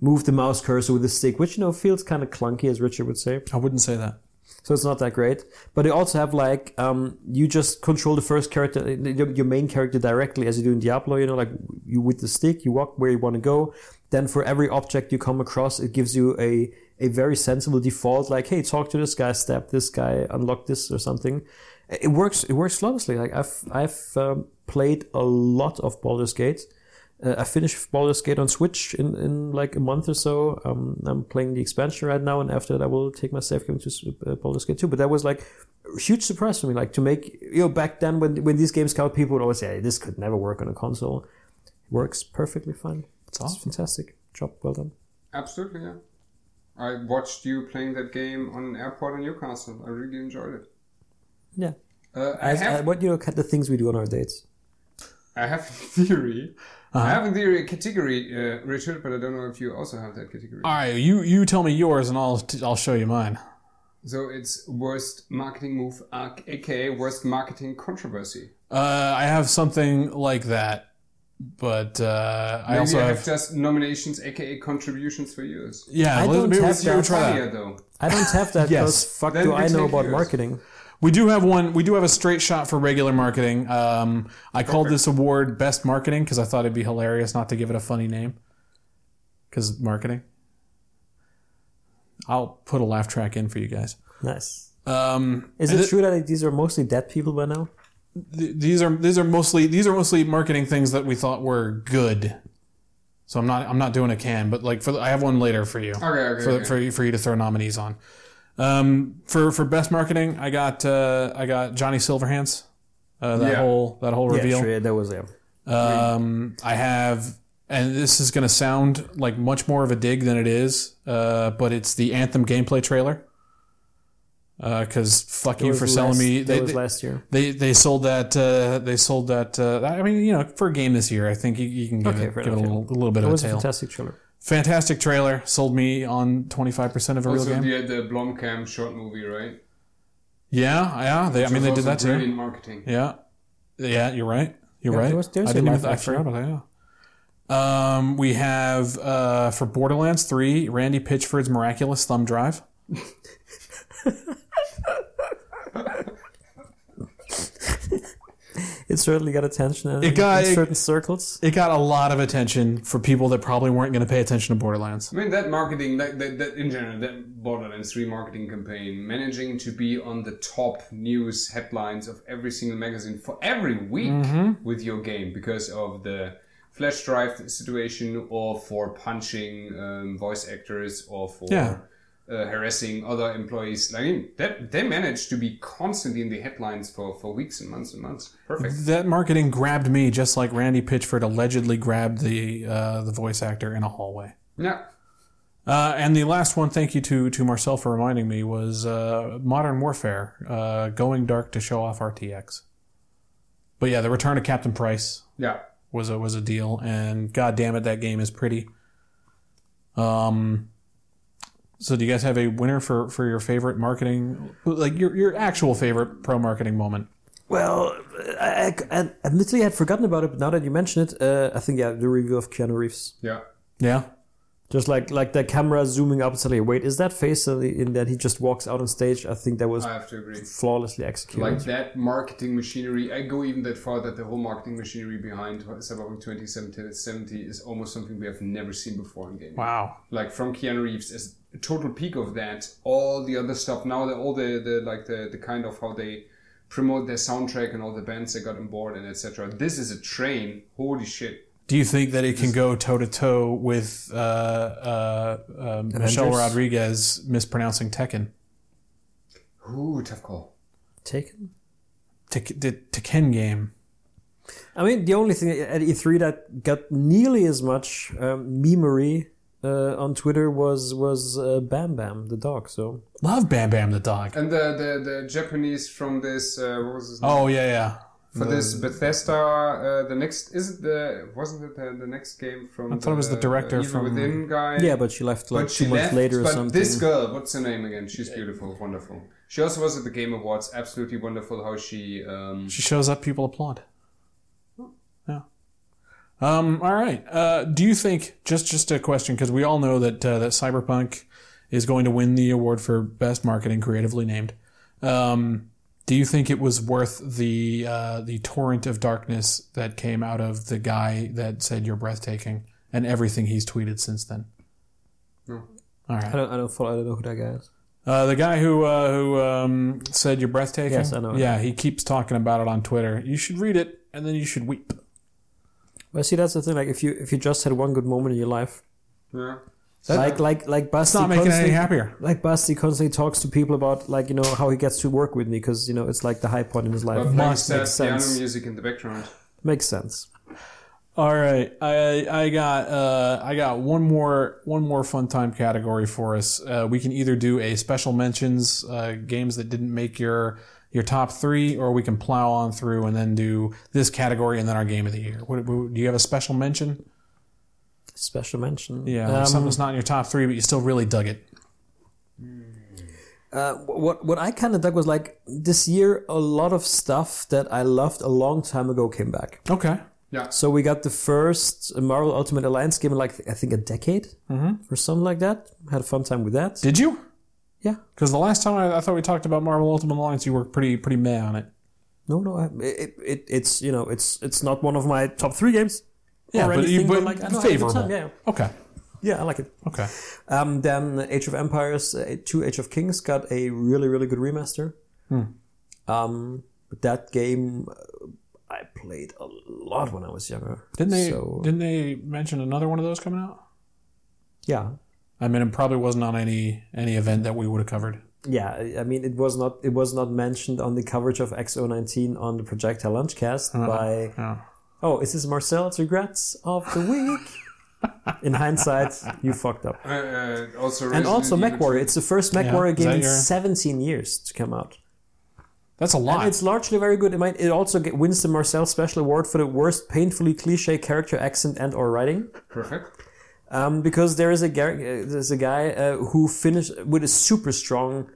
Speaker 3: move the mouse cursor with the stick, which you know feels kind of clunky, as Richard would say.
Speaker 5: I wouldn't say that.
Speaker 3: So it's not that great. But they also have like um, you just control the first character, your, your main character directly, as you do in Diablo. You know, like you with the stick, you walk where you want to go. Then for every object you come across, it gives you a a very sensible default, like hey, talk to this guy, stab this guy, unlock this or something. It works. It works flawlessly. Like I've I've um, played a lot of Baldur's Gate. Uh, I finished Baldur's Gate on Switch in, in like a month or so. Um, I'm playing the expansion right now, and after that, I will take my save game to s- uh, Baldur's Gate 2. But that was like a huge surprise for me. Like to make, you know, back then when, when these games came out, people would always say, this could never work on a console. It works perfectly fine. It's,
Speaker 5: awesome.
Speaker 3: fantastic. Job well done.
Speaker 4: absolutely, yeah. I watched you playing that game on an airport in Newcastle. I really enjoyed it.
Speaker 3: Yeah.
Speaker 4: Uh, I
Speaker 3: As,
Speaker 4: have
Speaker 3: uh, what, you know, the things we do on our dates.
Speaker 4: I have a theory.
Speaker 5: Uh-huh.
Speaker 4: I have a theory category, uh, Richard, but I don't know if you also have that category.
Speaker 5: All right, you you tell me yours, and I'll t- I'll show you mine.
Speaker 4: So it's worst marketing move, ac- aka worst marketing controversy.
Speaker 5: Uh, I have something like that, but uh, I
Speaker 4: Maybe
Speaker 5: also
Speaker 4: I
Speaker 5: have,
Speaker 4: have just nominations, aka contributions for yours.
Speaker 5: yeah.
Speaker 3: I
Speaker 5: let's-
Speaker 3: don't
Speaker 5: maybe
Speaker 3: have
Speaker 5: let's- maybe we'll
Speaker 3: that.
Speaker 5: try that.
Speaker 4: Funnier though.
Speaker 3: I don't have that
Speaker 5: Yes.
Speaker 3: because fuck
Speaker 4: Then
Speaker 3: do
Speaker 4: we
Speaker 3: I know
Speaker 4: take
Speaker 3: about
Speaker 4: yours.
Speaker 3: marketing.
Speaker 5: We do have one. We do have a straight shot for regular marketing. Um, I called this award best marketing because I thought it'd be hilarious not to give it a funny name. Because marketing. I'll put a laugh track in for you guys.
Speaker 3: Nice.
Speaker 5: Um,
Speaker 3: Is
Speaker 5: and
Speaker 3: it
Speaker 5: thi-
Speaker 3: true that these are mostly dead people by now?
Speaker 5: th- these are these are mostly these are mostly marketing things that we thought were good. So I'm not I'm not doing a can, but like for the, I have one later for you.
Speaker 4: Okay, okay,
Speaker 5: for,
Speaker 4: okay.
Speaker 5: for you for you to throw nominees on. Um, for for best marketing, I got uh, I got Johnny Silverhands. Uh, that
Speaker 4: Yeah.
Speaker 5: whole that whole reveal.
Speaker 3: Yeah, sure. Yeah, that was yeah.
Speaker 5: Um, I have, and this is going to sound like much more of a dig than it is, uh, but it's the Anthem gameplay trailer. Because fuck you
Speaker 3: was
Speaker 5: for selling
Speaker 3: last-
Speaker 5: me.
Speaker 3: that
Speaker 5: they-
Speaker 3: was
Speaker 5: they-
Speaker 3: last year.
Speaker 5: They they sold that. Uh, they sold that. Uh, I mean, you know, for a game this year, I think you, you can give,
Speaker 3: Okay,
Speaker 5: it,
Speaker 3: fair
Speaker 5: give it a
Speaker 3: enough,
Speaker 5: little, a little bit
Speaker 3: That
Speaker 5: of a
Speaker 3: was a
Speaker 5: tail.
Speaker 3: fantastic trailer.
Speaker 5: Fantastic trailer. Sold me on twenty five percent of a real
Speaker 4: Also,
Speaker 5: game.
Speaker 4: the, the Blomkamp short movie, right?
Speaker 5: Yeah, yeah. They, I mean, they
Speaker 4: Also
Speaker 5: did that too.
Speaker 4: Brilliant marketing.
Speaker 5: Yeah, yeah, you're right. You're
Speaker 3: Yeah,
Speaker 5: right.
Speaker 3: there was- there was
Speaker 5: I
Speaker 3: a
Speaker 5: didn't even.
Speaker 3: live
Speaker 5: I
Speaker 3: action.
Speaker 5: forgot about that. Yeah. Um, we have uh, for Borderlands Three, Randy Pitchford's miraculous thumb drive.
Speaker 3: It certainly got attention in,
Speaker 5: It got-
Speaker 3: in certain circles.
Speaker 5: It got a lot of attention for people that probably weren't going to pay attention to Borderlands.
Speaker 4: I mean, that marketing, that, that, that in general, that Borderlands 3 marketing campaign, managing to be on the top news headlines of every single magazine for every week with your game because of the flash drive situation or for punching um, voice actors or for
Speaker 5: Yeah.
Speaker 4: uh, harassing other employees. I mean, that they managed to be constantly in the headlines for, for weeks and months and months. Perfect.
Speaker 5: That marketing grabbed me just like Randy Pitchford allegedly grabbed the uh, the voice actor in a hallway.
Speaker 4: Yeah.
Speaker 5: Uh, and the last one, thank you to to Marcel for reminding me, was uh, Modern Warfare uh, going dark to show off RTX. But yeah, the return of Captain Price
Speaker 4: Yeah.
Speaker 5: was a was a deal, and god damn it, that game is pretty. Um, so do you guys have a winner for for your favorite marketing, like your your actual favorite pro marketing moment?
Speaker 3: Well, I, I, I admittedly had forgotten about it, but now that you mention it, uh, I think yeah, the review of Keanu Reeves.
Speaker 4: Yeah.
Speaker 5: Yeah,
Speaker 3: Just like like the camera zooming up and suddenly, wait, is that face? And, he- and then he just walks out on stage. I think that was
Speaker 4: I have to agree.
Speaker 3: flawlessly executed.
Speaker 4: Like that marketing machinery, I go even that far that the whole marketing machinery behind Cyberpunk 2070 is almost something we have never seen before in gaming.
Speaker 5: wow,
Speaker 4: like from Keanu Reeves as a total peak of that. All the other stuff now, the, all the, the like the, the kind of how they promote their soundtrack and all the bands they got on board and etc. This is a train. Holy shit!
Speaker 5: Do you think that it can go toe to toe with uh, uh, uh, Michelle Rodriguez mispronouncing Tekken?
Speaker 4: Ooh, tough call.
Speaker 3: Taken.
Speaker 5: Tek- the Tekken game.
Speaker 3: I mean, the only thing at E3 that got nearly as much um, memery uh, on Twitter was was uh, Bam Bam the dog. So
Speaker 5: Love Bam Bam the dog.
Speaker 4: And the the, the Japanese from this uh, what was his name?
Speaker 5: Oh yeah, yeah.
Speaker 4: for this Bethesda uh, the next is it the wasn't it the, the next game from I
Speaker 5: thought it was the director
Speaker 4: Evil
Speaker 5: from-
Speaker 4: Within guy
Speaker 3: yeah, but she left like two months later or
Speaker 4: but
Speaker 3: something.
Speaker 4: this girl, what's her name again? She's beautiful, wonderful. She also was at the Game Awards. Absolutely wonderful how she. Um,
Speaker 5: She shows up, people applaud. Yeah. Um. All right. Uh, do you think just just a question because we all know that uh, that Cyberpunk is going to win the award for best marketing creatively named. Um, do you think it was worth the uh, the torrent of darkness that came out of the guy that said you're breathtaking and everything he's tweeted since then?
Speaker 4: No.
Speaker 5: All
Speaker 3: I
Speaker 5: right.
Speaker 3: don't I don't follow. I don't know who that guy is.
Speaker 5: Uh, the guy who uh, who um, said you're breathtaking.
Speaker 3: Yes, I know.
Speaker 5: Yeah, he keeps talking about it on Twitter. You should read it and then you should weep.
Speaker 3: Well, see, that's the thing. Like, if you if you just had one good moment in your life,
Speaker 4: yeah.
Speaker 3: like like like Basti
Speaker 5: It's not making it
Speaker 3: constantly,
Speaker 5: any happier.
Speaker 3: like Basti constantly talks to people about like you know how he gets to work with me because you know it's like the high point in his life.
Speaker 4: But
Speaker 3: Makes
Speaker 4: must have uh, piano
Speaker 3: sense.
Speaker 4: music in the background.
Speaker 3: Makes sense.
Speaker 5: All right, I I got uh, I got one more one more fun time category for us. Uh, we can either do a special mentions uh, games that didn't make your your top three, or we can plow on through and then do this category and then our game of the year. What, what, do you have a special mention?
Speaker 3: Special mention.
Speaker 5: Yeah,
Speaker 3: Um,
Speaker 5: like something that's not in your top three, but you still really dug it.
Speaker 3: uh, what what I kind of dug was like this year a lot of stuff that I loved a long time ago came back.
Speaker 5: Okay.
Speaker 3: So we got the first Marvel Ultimate Alliance game in like I think a decade or something like that. Had a fun time with that.
Speaker 5: Mm-hmm. Did you?
Speaker 3: Yeah.
Speaker 5: Because the last time I, I thought we talked about Marvel Ultimate Alliance, you were pretty pretty meh on it.
Speaker 3: No, no, I, it, it it's you know it's it's not one of my top three games.
Speaker 5: Yeah,
Speaker 3: or
Speaker 5: but you-
Speaker 3: anything,
Speaker 5: but
Speaker 3: like, I know, I had a good
Speaker 5: favorable.
Speaker 3: time, yeah,
Speaker 5: Okay.
Speaker 3: yeah, I like it.
Speaker 5: Okay.
Speaker 3: Um, then Age of Empires, uh, two Age of Kings got a really really good remaster.
Speaker 5: Hmm.
Speaker 3: Um, but that game uh, I played a lot when I was younger.
Speaker 5: Didn't they
Speaker 3: So-
Speaker 5: didn't they mention another one of those coming out?
Speaker 3: Yeah,
Speaker 5: I mean, it probably wasn't on any any event that we would have covered.
Speaker 3: yeah. I- I mean, it was not it was not mentioned on the coverage of XO19 on the Projectile Launchcast by.
Speaker 5: Uh, Yeah.
Speaker 3: Oh, is this Marcel's regrets of the week? In hindsight, you fucked up.
Speaker 4: Uh, uh, also
Speaker 3: And
Speaker 4: Resident
Speaker 3: also
Speaker 4: Evil
Speaker 3: MechWarrior. It's the first MechWarrior
Speaker 5: is
Speaker 3: game
Speaker 5: that
Speaker 3: in
Speaker 5: your-
Speaker 3: 17 years to come out.
Speaker 5: That's a lot.
Speaker 3: And it's largely very good. It, might, it also get, wins the Marcel Special Award for the worst painfully cliche character accent and or writing.
Speaker 4: 2. Perfect.
Speaker 3: Um, because there is a gar- uh, there's a guy uh, who finished with a super strong.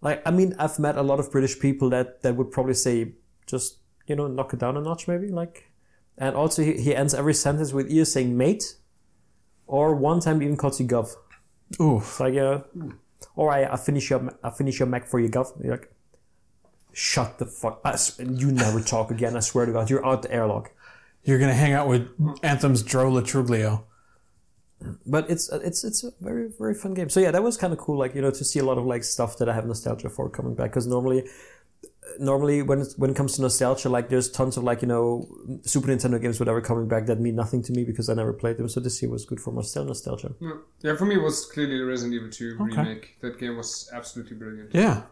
Speaker 3: Like I mean, I've met a lot of British people that that would probably say just you know knock it down a notch maybe like, and also he, he ends every sentence with either saying mate, or one time even calls you gov.
Speaker 5: Oof.
Speaker 3: It's like yeah, or I I finish your I finish your Mac for you gov. You're like, shut the fuck. I s- you never talk again. I swear to God, you're out the airlock.
Speaker 5: You're gonna hang out with Anthem's Dro Latruglio.
Speaker 3: but it's it's it's a very very fun game. So yeah, that was kind of cool. Like you know, to see a lot of like stuff that I have nostalgia for coming back because normally uh, normally when it's, when it comes to nostalgia, like there's tons of like you know Super Nintendo games, whatever, coming back that mean nothing to me because I never played them. So this year was good for nostal- nostalgia.
Speaker 4: Yeah. Yeah, for me it was clearly the Resident Evil 2 remake. That game was absolutely brilliant.
Speaker 5: Yeah.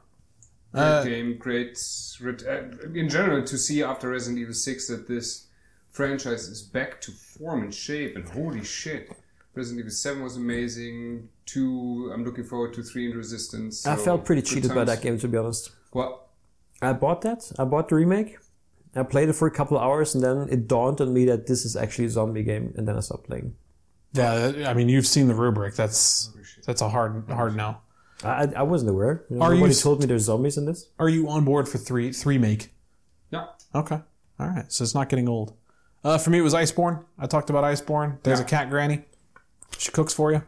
Speaker 4: Great game, great. ret- uh, In general, to see after Resident Evil 6 that this franchise is back to form and shape, and holy shit. Resident Evil 7 was amazing. 2, I'm looking forward to 3 and Resistance.
Speaker 3: I
Speaker 4: so
Speaker 3: felt pretty
Speaker 4: good
Speaker 3: cheated by
Speaker 4: times.
Speaker 3: that game, to be honest.
Speaker 4: Well,
Speaker 3: I bought that. I bought the remake. I played it for a couple of hours, and then it dawned on me that this is actually a zombie game, and then I stopped playing.
Speaker 5: Yeah, I mean, you've seen the rubric. That's that's a hard hard no.
Speaker 3: I, I- I wasn't aware. You know,
Speaker 5: Are you
Speaker 3: nobody
Speaker 5: st-
Speaker 3: told me there's zombies in this.
Speaker 5: Are you on board for three three make?
Speaker 3: Uh,
Speaker 4: yeah.
Speaker 5: Okay, all right. So it's not getting old. Uh, for me, it was Iceborne. I talked about Iceborne. There's a cat granny. She cooks for you.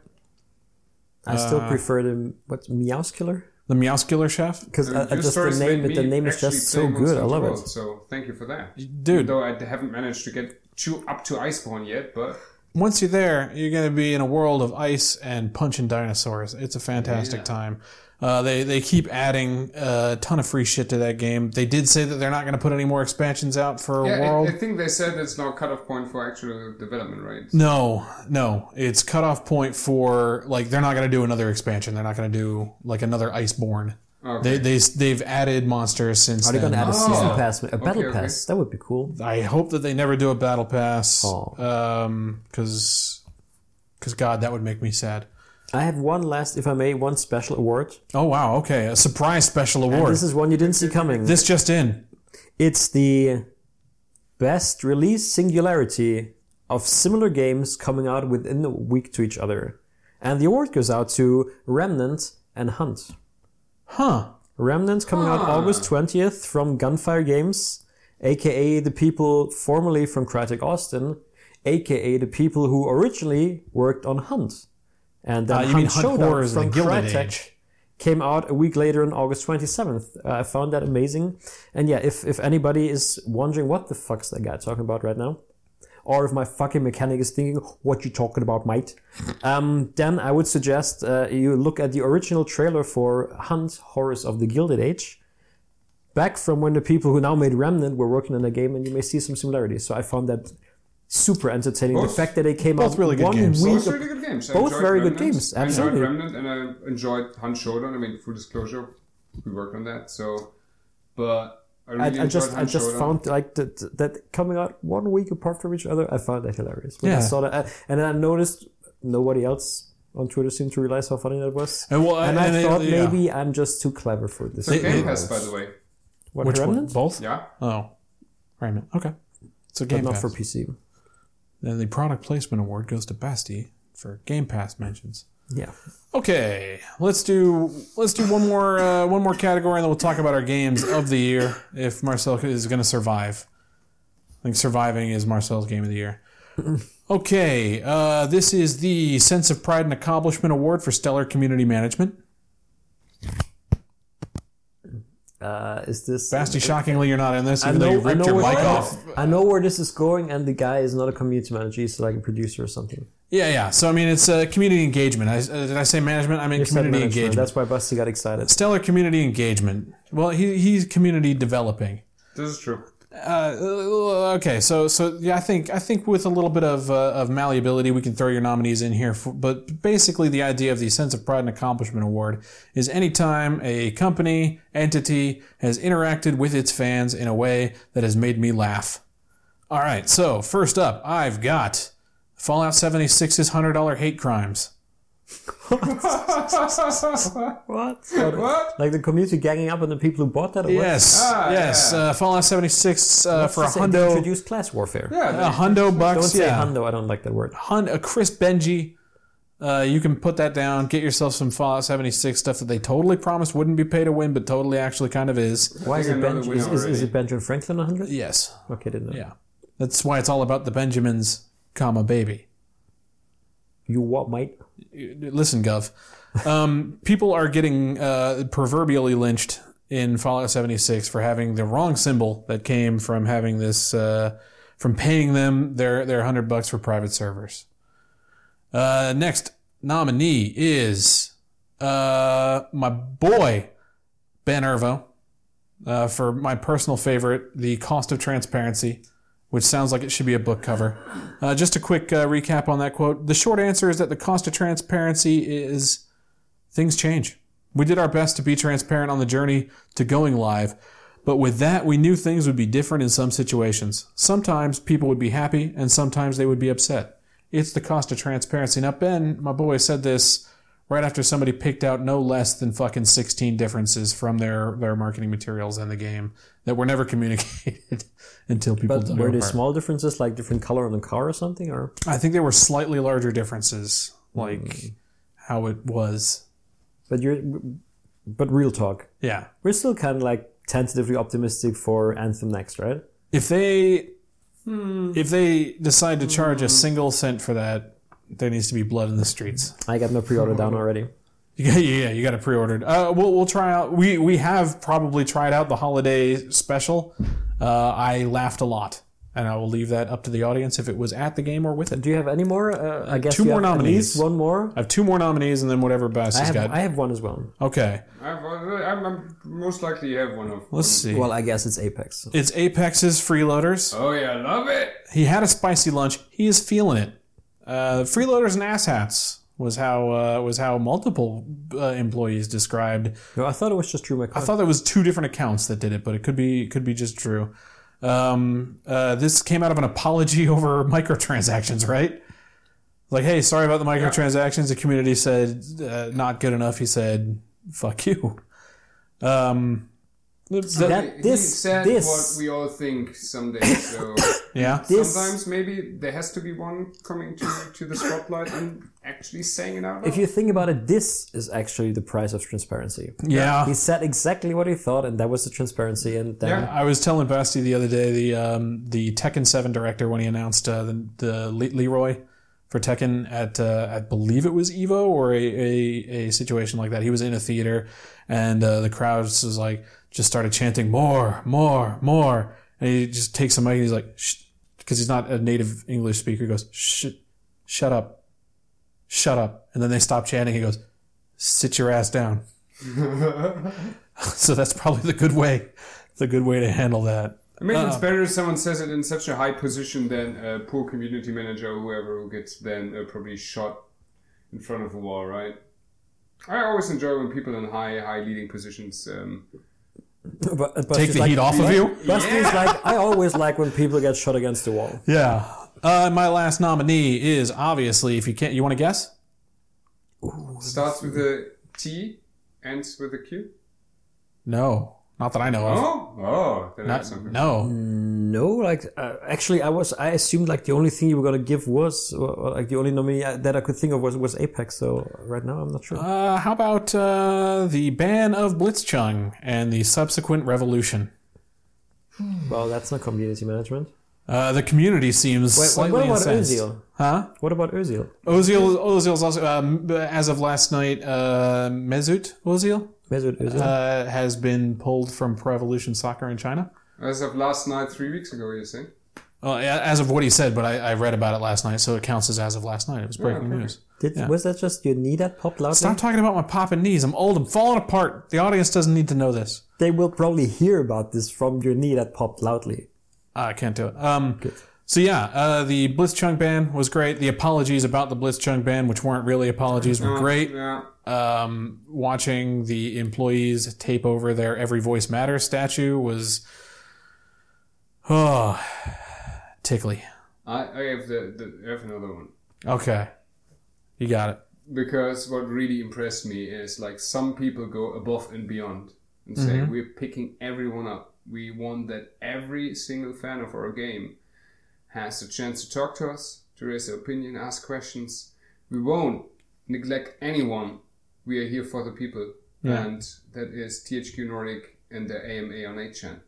Speaker 3: I still prefer the what Meow's Killer
Speaker 5: The Meowskiller chef.
Speaker 3: because
Speaker 4: And your
Speaker 3: uh, just the
Speaker 4: stories
Speaker 3: name.
Speaker 4: made me
Speaker 3: The name is
Speaker 4: actually
Speaker 3: just so
Speaker 4: play
Speaker 3: good. I
Speaker 4: Monster
Speaker 3: love
Speaker 4: World,
Speaker 3: it.
Speaker 4: So thank you for that.
Speaker 5: Dude.
Speaker 4: Though I haven't managed to get to, up to Iceborne yet, but
Speaker 5: Once you're there, you're going to be in a world of ice and punching dinosaurs. It's a fantastic time. Uh, they they keep adding a ton of free shit to that game. They did say that they're not going to put any more expansions out for
Speaker 4: yeah,
Speaker 5: a world.
Speaker 4: I, I think they said it's now cutoff point for actual development, right?
Speaker 5: No, no. It's cutoff point for like they're not going to do another expansion. They're not going to do like another Iceborne. They they they've added monsters since.
Speaker 3: Are they
Speaker 5: then.
Speaker 3: gonna add a season
Speaker 4: Oh.
Speaker 3: pass, a battle
Speaker 4: okay.
Speaker 3: pass? That would be cool.
Speaker 5: I hope that they never do a battle pass.
Speaker 3: Oh.
Speaker 5: Um, because because God, that would make me sad.
Speaker 3: I have one last, if I may, one special award.
Speaker 5: Oh wow, okay, a surprise special
Speaker 3: And
Speaker 5: award.
Speaker 3: this
Speaker 5: This,
Speaker 3: is one you didn't see coming.
Speaker 5: just in.
Speaker 3: It's the best release singularity of similar games coming out within a week to each other. And the award goes out to Remnant and Hunt.
Speaker 5: Huh.
Speaker 3: Remnant coming out
Speaker 5: Ah.
Speaker 3: August 20th from Gunfire Games, aka the people formerly from Crytek Austin, aka the people who originally worked on Hunt. And then
Speaker 5: Uh, you
Speaker 3: Hunt
Speaker 5: mean Hunt
Speaker 3: Showdown
Speaker 5: Horrors
Speaker 3: from
Speaker 5: and the Gilded
Speaker 3: Crytek
Speaker 5: Age.
Speaker 3: came out a week later on August 27th. Uh, I found that amazing. And yeah, if, if anybody is wondering what the fuck's that guy talking about right now, or if my fucking mechanic is thinking, what you talking about, mate? Um, then I would suggest uh, you look at the original trailer for Hunt Horrors of the Gilded Age, back from when the people who now made Remnant were working on the game, and you may see some similarities. So I found that super entertaining.
Speaker 4: Both-
Speaker 3: the fact that they came
Speaker 5: both
Speaker 3: out
Speaker 5: really good
Speaker 3: one
Speaker 5: games.
Speaker 3: week
Speaker 4: Both really good games. I
Speaker 3: both
Speaker 4: enjoyed
Speaker 3: very good
Speaker 4: Remnant.
Speaker 3: games,
Speaker 4: I
Speaker 3: absolutely.
Speaker 4: enjoyed Remnant and I enjoyed Hunt Showdown. I mean, full disclosure, we worked on that. So, but I really
Speaker 3: I, I
Speaker 4: enjoyed
Speaker 3: just I
Speaker 4: Hunt
Speaker 3: just
Speaker 4: Showdown.
Speaker 3: found like that that coming out one week apart from each other. I found that hilarious. When I
Speaker 5: Yeah.
Speaker 3: saw that, I- and then I noticed nobody else on Twitter seemed to realize how funny that was.
Speaker 5: And well,
Speaker 3: and I
Speaker 5: and they-
Speaker 3: thought
Speaker 5: yeah.
Speaker 3: maybe I'm just too clever for this.
Speaker 4: So Game Pass, by the way.
Speaker 3: What,
Speaker 5: Which one?
Speaker 3: Remnant?
Speaker 5: Both.
Speaker 4: Yeah.
Speaker 5: Oh, Raymond. Okay. So
Speaker 3: But
Speaker 5: game
Speaker 3: not
Speaker 5: pass.
Speaker 3: for PC.
Speaker 5: Then the product placement award goes to Basti for Game Pass mentions.
Speaker 3: Yeah.
Speaker 5: Okay, let's do let's do one more uh, one more category, and then we'll talk about our games of the year if Marcel is going to survive. I think surviving is Marcel's game of the year. Okay, uh, this is the Sense of Pride and Accomplishment Award for Stellar Community Management.
Speaker 3: Uh, is this?
Speaker 5: Basti, shockingly, you're not in this,
Speaker 3: I
Speaker 5: even though you
Speaker 3: know, I
Speaker 5: ripped
Speaker 3: know
Speaker 5: your
Speaker 3: where,
Speaker 5: mic off.
Speaker 3: I know where this is going, and the guy is not a community manager. He's like a producer or something.
Speaker 5: Yeah, yeah. So I mean, it's uh, community engagement. I, uh, did I say management? I mean
Speaker 3: He said
Speaker 5: community
Speaker 3: management.
Speaker 5: engagement.
Speaker 3: That's why Busty got excited.
Speaker 5: Stellar community engagement. Well, he, he's community developing.
Speaker 4: This is true.
Speaker 5: Uh, okay, so so yeah, I think I think with a little bit of uh, of malleability, we can throw your nominees in here. For, but basically, the idea of the Sense of Pride and Accomplishment Award is anytime a company entity has interacted with its fans in a way that has made me laugh. All right, so first up, I've got Fallout 76's hundred dollar hate crimes.
Speaker 3: What?
Speaker 4: What?
Speaker 3: Like the community ganging up on the people who bought that? Or what?
Speaker 5: Yes,
Speaker 4: Ah,
Speaker 5: yes,
Speaker 4: yeah.
Speaker 5: uh, Fallout 76 uh, for a
Speaker 3: They- they
Speaker 5: hundo,
Speaker 3: introduced class warfare.
Speaker 5: a
Speaker 4: Yeah.
Speaker 5: hundo bucks.
Speaker 3: Don't say
Speaker 5: yeah.
Speaker 3: hundo. I don't like that word.
Speaker 5: Hunt a Chris Benji. Uh, you can put that down. Get yourself some Fallout 76 stuff that they totally promised wouldn't be pay to win, but totally actually kind of is.
Speaker 3: Why is
Speaker 4: think
Speaker 3: it,
Speaker 4: I know the
Speaker 3: ben-
Speaker 4: winner
Speaker 3: is, is, is
Speaker 4: already.
Speaker 3: it Benjamin Franklin 100?
Speaker 5: Yes.
Speaker 3: Okay, didn't know.
Speaker 5: Yeah. That's why it's all about the Benjamins, comma baby.
Speaker 3: You what, mate?
Speaker 5: Listen, Gov. Um, people are getting uh, proverbially lynched in Fallout 76 for having the wrong symbol that came from having this uh, from paying them their their hundred bucks for private servers. Uh, next nominee is uh, my boy Ben Irvo uh, for my personal favorite, The Cost of Transparency, which sounds like it should be a book cover. Uh, just a quick uh, recap on that quote. The short answer is that the cost of transparency is things change. We did our best to be transparent on the journey to going live, but with that, we knew things would be different in some situations. Sometimes people would be happy, and sometimes they would be upset. It's the cost of transparency. Now, Ben, my boy, said this right after somebody picked out no less than fucking 16 differences from their, their marketing materials and the game that were never communicated until people
Speaker 3: But
Speaker 5: dug
Speaker 3: were
Speaker 5: them
Speaker 3: they
Speaker 5: apart.
Speaker 3: small differences, like different color on the car or something? Or
Speaker 5: I think there were slightly larger differences,
Speaker 3: Hmm.
Speaker 5: like how it was.
Speaker 3: but you're, but real talk,
Speaker 5: Yeah.
Speaker 3: we're still kind of like tentatively optimistic for Anthem next, right?
Speaker 5: If they
Speaker 3: Hmm.
Speaker 5: if they decide to charge a single cent for that, there needs to be blood in the streets.
Speaker 3: I got my pre-order down already.
Speaker 5: Yeah, yeah, yeah, you got it pre-ordered. Uh, we'll we'll try out. We we have probably tried out the holiday special. Uh, I laughed a lot, and I will leave that up to the audience if it was at the game or with it.
Speaker 3: Do you have any more? Uh, I guess
Speaker 5: two
Speaker 3: you
Speaker 5: more
Speaker 3: have at
Speaker 5: nominees.
Speaker 3: least One more.
Speaker 5: I have two more nominees, and then whatever Bass
Speaker 3: I
Speaker 5: has
Speaker 3: have,
Speaker 5: got.
Speaker 3: I have one as well.
Speaker 5: okay,
Speaker 4: I've, I'm, I'm most likely you have one of.
Speaker 5: let's see.
Speaker 3: Well, I guess it's Apex.
Speaker 5: it's Apex's freeloaders.
Speaker 4: Oh yeah, I love it.
Speaker 5: he had a spicy lunch. He is feeling it. Uh, freeloaders and asshats was how uh, was how multiple uh, employees described.
Speaker 3: No, I thought it was just Drew
Speaker 5: I
Speaker 3: McCoy.
Speaker 5: thought there was two different accounts that did it, but it could be could be just Drew. Um, uh, this came out of an apology over microtransactions, right? Like, hey, sorry about the microtransactions. The community said uh, not good enough. He said, "Fuck you." Um,
Speaker 3: That-
Speaker 4: He- he
Speaker 3: Uh, this-
Speaker 4: said
Speaker 3: this-
Speaker 4: what we all think someday. So
Speaker 5: yeah,
Speaker 3: This-
Speaker 4: sometimes maybe there has to be one coming to, to the spotlight and actually saying it out.
Speaker 3: If you think about it, this is actually the price of transparency.
Speaker 5: yeah.
Speaker 3: He said exactly what he thought, and that was the transparency. And then
Speaker 4: Yeah.
Speaker 5: I was telling Basti the other day the um, the Tekken Seven director when he announced uh, the, the Le- Leroy for Tekken at uh, I believe it was Evo or a, a, a situation like that. He was in a theater and uh, the crowd just was like just started chanting more, more, more, and he just takes the mic and he's like because he's not a native English speaker. He goes shh, shut up, shut up, and then they stop chanting. He goes sit your ass down. so that's probably the good way. The good way to handle that.
Speaker 4: I mean, it's better if someone says it in such a high position than a poor community manager or whoever who gets then uh, probably shot in front of a wall, right? I always enjoy when people in high, high leading positions. Um,
Speaker 3: but, but
Speaker 5: Take
Speaker 3: she's
Speaker 5: the
Speaker 3: like-
Speaker 5: heat off of you.
Speaker 3: Busty is like, I always like when people get shot against the wall.
Speaker 5: Yeah. Uh, my last nominee is obviously, if you can't, you want to guess?
Speaker 4: starts with a T, ends with a Q.
Speaker 5: No, not that I know of. Uh,
Speaker 4: Oh, oh, then I have something.
Speaker 5: No,
Speaker 3: No, like uh, actually, I was I assumed like the only thing you were gonna give was or, or, like the only nominee I- that I could think of was was Apex. So right now, I'm not sure.
Speaker 5: uh, how about uh, the ban of Blitzchung and the subsequent revolution?
Speaker 3: well, that's not community management.
Speaker 5: Uh, the community seems
Speaker 3: Wait, what
Speaker 5: slightly
Speaker 3: about
Speaker 5: incensed.
Speaker 3: Özil?
Speaker 5: Huh?
Speaker 3: What about Özil?
Speaker 5: Ozil, Ozil's also um, as of last night. Uh, Mesut Ozil
Speaker 3: Mesut Özil.
Speaker 5: uh, has been pulled from Pro Evolution Soccer in China.
Speaker 4: As of last night, three weeks ago, you say?
Speaker 5: Well, a- as of what he said, but I, I read about it last night, so it counts as as of last night. It was breaking news.
Speaker 3: Did, Was that just your knee that popped loudly?
Speaker 5: Stop talking about my popping knees. I'm old. I'm falling apart. The audience doesn't need to know this.
Speaker 3: They will probably hear about this from your knee that popped loudly.
Speaker 5: Ah, I can't do it. Um, so yeah, uh, the Blitz Chung ban was great. The apologies about the Blitz Chung ban, which weren't really apologies, were great.
Speaker 4: Yeah.
Speaker 5: Um, watching the employees tape over their "Every Voice Matters" statue was, oh, tickly.
Speaker 4: I, I have the, the I have another one.
Speaker 5: Okay, you got it.
Speaker 4: because what really impressed me is like some people go above and beyond and say
Speaker 5: Mm-hmm.
Speaker 4: we're picking everyone up we want that every single fan of our game has a chance to talk to us to raise their opinion ask questions we won't neglect anyone we are here for the people and that is thq nordic and their ama on 8chan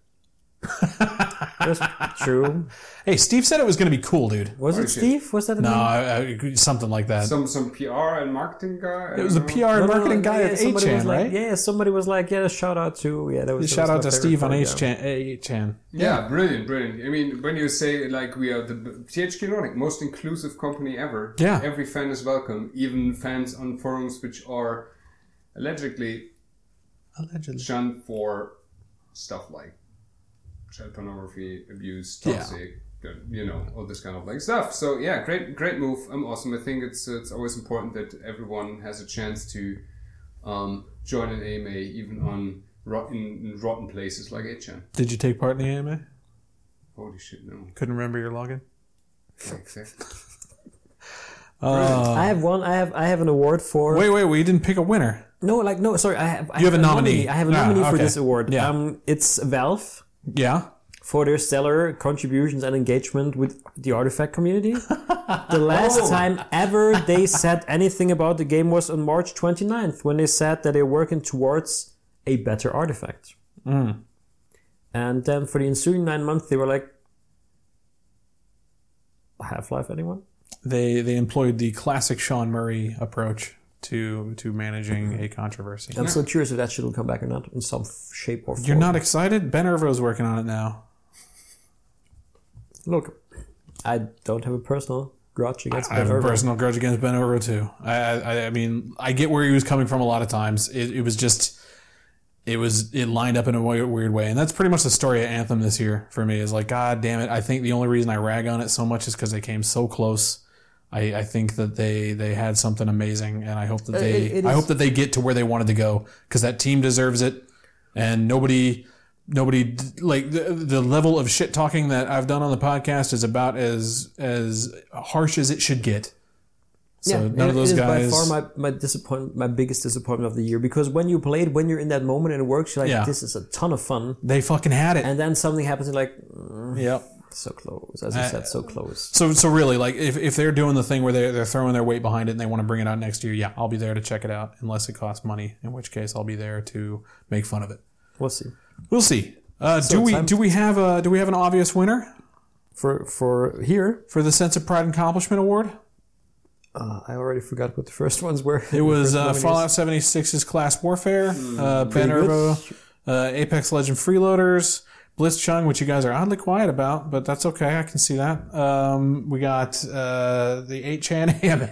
Speaker 3: That's true.
Speaker 5: Hey, Steve said it was going to be cool, dude.
Speaker 3: Was it Steve? Was that a
Speaker 5: No,
Speaker 3: name?
Speaker 5: I, I, something like that.
Speaker 4: some some pr and marketing guy I
Speaker 5: Uh, It was the
Speaker 4: don't know.
Speaker 5: PR and
Speaker 3: No, no,
Speaker 5: marketing
Speaker 3: no,
Speaker 5: guy
Speaker 3: yeah,
Speaker 5: of
Speaker 3: somebody
Speaker 5: 8chan,
Speaker 3: was like-
Speaker 5: right?
Speaker 3: Yeah, somebody was like, yeah, shout out to yeah. That was
Speaker 5: Shout
Speaker 3: that
Speaker 5: out to
Speaker 3: was my
Speaker 5: Steve on
Speaker 3: favorite
Speaker 5: H
Speaker 3: part, yeah.
Speaker 5: Chan. H Chan.
Speaker 4: Yeah, brilliant, brilliant. I mean, when you say like we are the THQ Nordic most inclusive company ever,
Speaker 5: Yeah.
Speaker 4: every fan is welcome, even fans on forums which are allegedly
Speaker 5: Allegedly.
Speaker 4: shunned for stuff like child pornography, abuse, toxic, uh, you know, all this kind of like stuff. So yeah, great, great move. I'm awesome. I think it's uh, it's always important that everyone has a chance to um, join an AMA, even on rotten, in rotten places like HN.
Speaker 5: Did you take part in the AMA?
Speaker 4: Holy shit, no.
Speaker 5: Couldn't remember your login.
Speaker 4: Yeah, exactly.
Speaker 3: I have one. I have I have an award for
Speaker 5: Wait, wait, wait! You didn't pick a winner.
Speaker 3: no, like no. Sorry, I have. I
Speaker 5: You have a nominee.
Speaker 3: I have a
Speaker 5: Ah,
Speaker 3: nominee for
Speaker 5: okay.
Speaker 3: this award.
Speaker 5: Yeah.
Speaker 3: Um, it's Valve
Speaker 5: Yeah.
Speaker 3: for their stellar contributions and engagement with the artifact community. the last
Speaker 5: Oh.
Speaker 3: time ever they said anything about the game was on March 29th when they said that they're working towards a better artifact.
Speaker 5: Hmm.
Speaker 3: And then for the ensuing nine months, they were like, Half Life, anyone?
Speaker 5: They they employed the classic Sean Murray approach to to
Speaker 3: Mm-hmm.
Speaker 5: managing a controversy.
Speaker 3: I'm still curious if that shit will come back or not in some f- shape or form.
Speaker 5: You're not excited? Ben Irvo's working on it now.
Speaker 3: Look, I don't have a personal grudge against
Speaker 5: I have
Speaker 3: Ben
Speaker 5: a
Speaker 3: Irvine.
Speaker 5: personal grudge against Ben Irvo too. I, I I mean I get where he was coming from a lot of times. It, it was just it was it lined up in a way, weird way, and that's pretty much the story of Anthem this year for me. Is like God damn it! I think the only reason I rag on it so much is because they came so close. I, I think that they they had something amazing, and I hope that they
Speaker 3: Uh, it- it
Speaker 5: I
Speaker 3: is-
Speaker 5: hope that they get to where they wanted to go because that team deserves it, and nobody nobody d- like the, the level of shit talking that I've done on the podcast is about as as harsh as it should get. So none of
Speaker 3: it-
Speaker 5: those
Speaker 3: it is
Speaker 5: guys.
Speaker 3: by far my, my disappointment, my biggest disappointment of the year because when you play it, when you're in that moment and it works, you're like,
Speaker 5: Yeah.
Speaker 3: this is a ton of fun.
Speaker 5: they fucking had it.
Speaker 3: And then something happens, and like,
Speaker 5: Yep.
Speaker 3: so close, as you said, so close.
Speaker 5: So so really, like if, if they're doing the thing where they're, they're throwing their weight behind it and they want to bring it out next year, yeah, I'll be there to check it out. Unless it costs money, in which case I'll be there to make fun of it.
Speaker 3: We'll see.
Speaker 5: We'll see. Uh, do we
Speaker 3: time-
Speaker 5: do we have a do we have an obvious winner
Speaker 3: For for here,
Speaker 5: for the Sense of Pride and Accomplishment Award?
Speaker 3: uh, I already forgot what the first ones were.
Speaker 5: It was uh, Fallout 76's Class Warfare, uh, Ben
Speaker 3: Pretty good.
Speaker 5: Erbo, uh, Apex Legend Freeloaders, Blitz Chung, which you guys are oddly quiet about, but that's okay. I can see that. Um, we got uh, the 8 Chan AMA.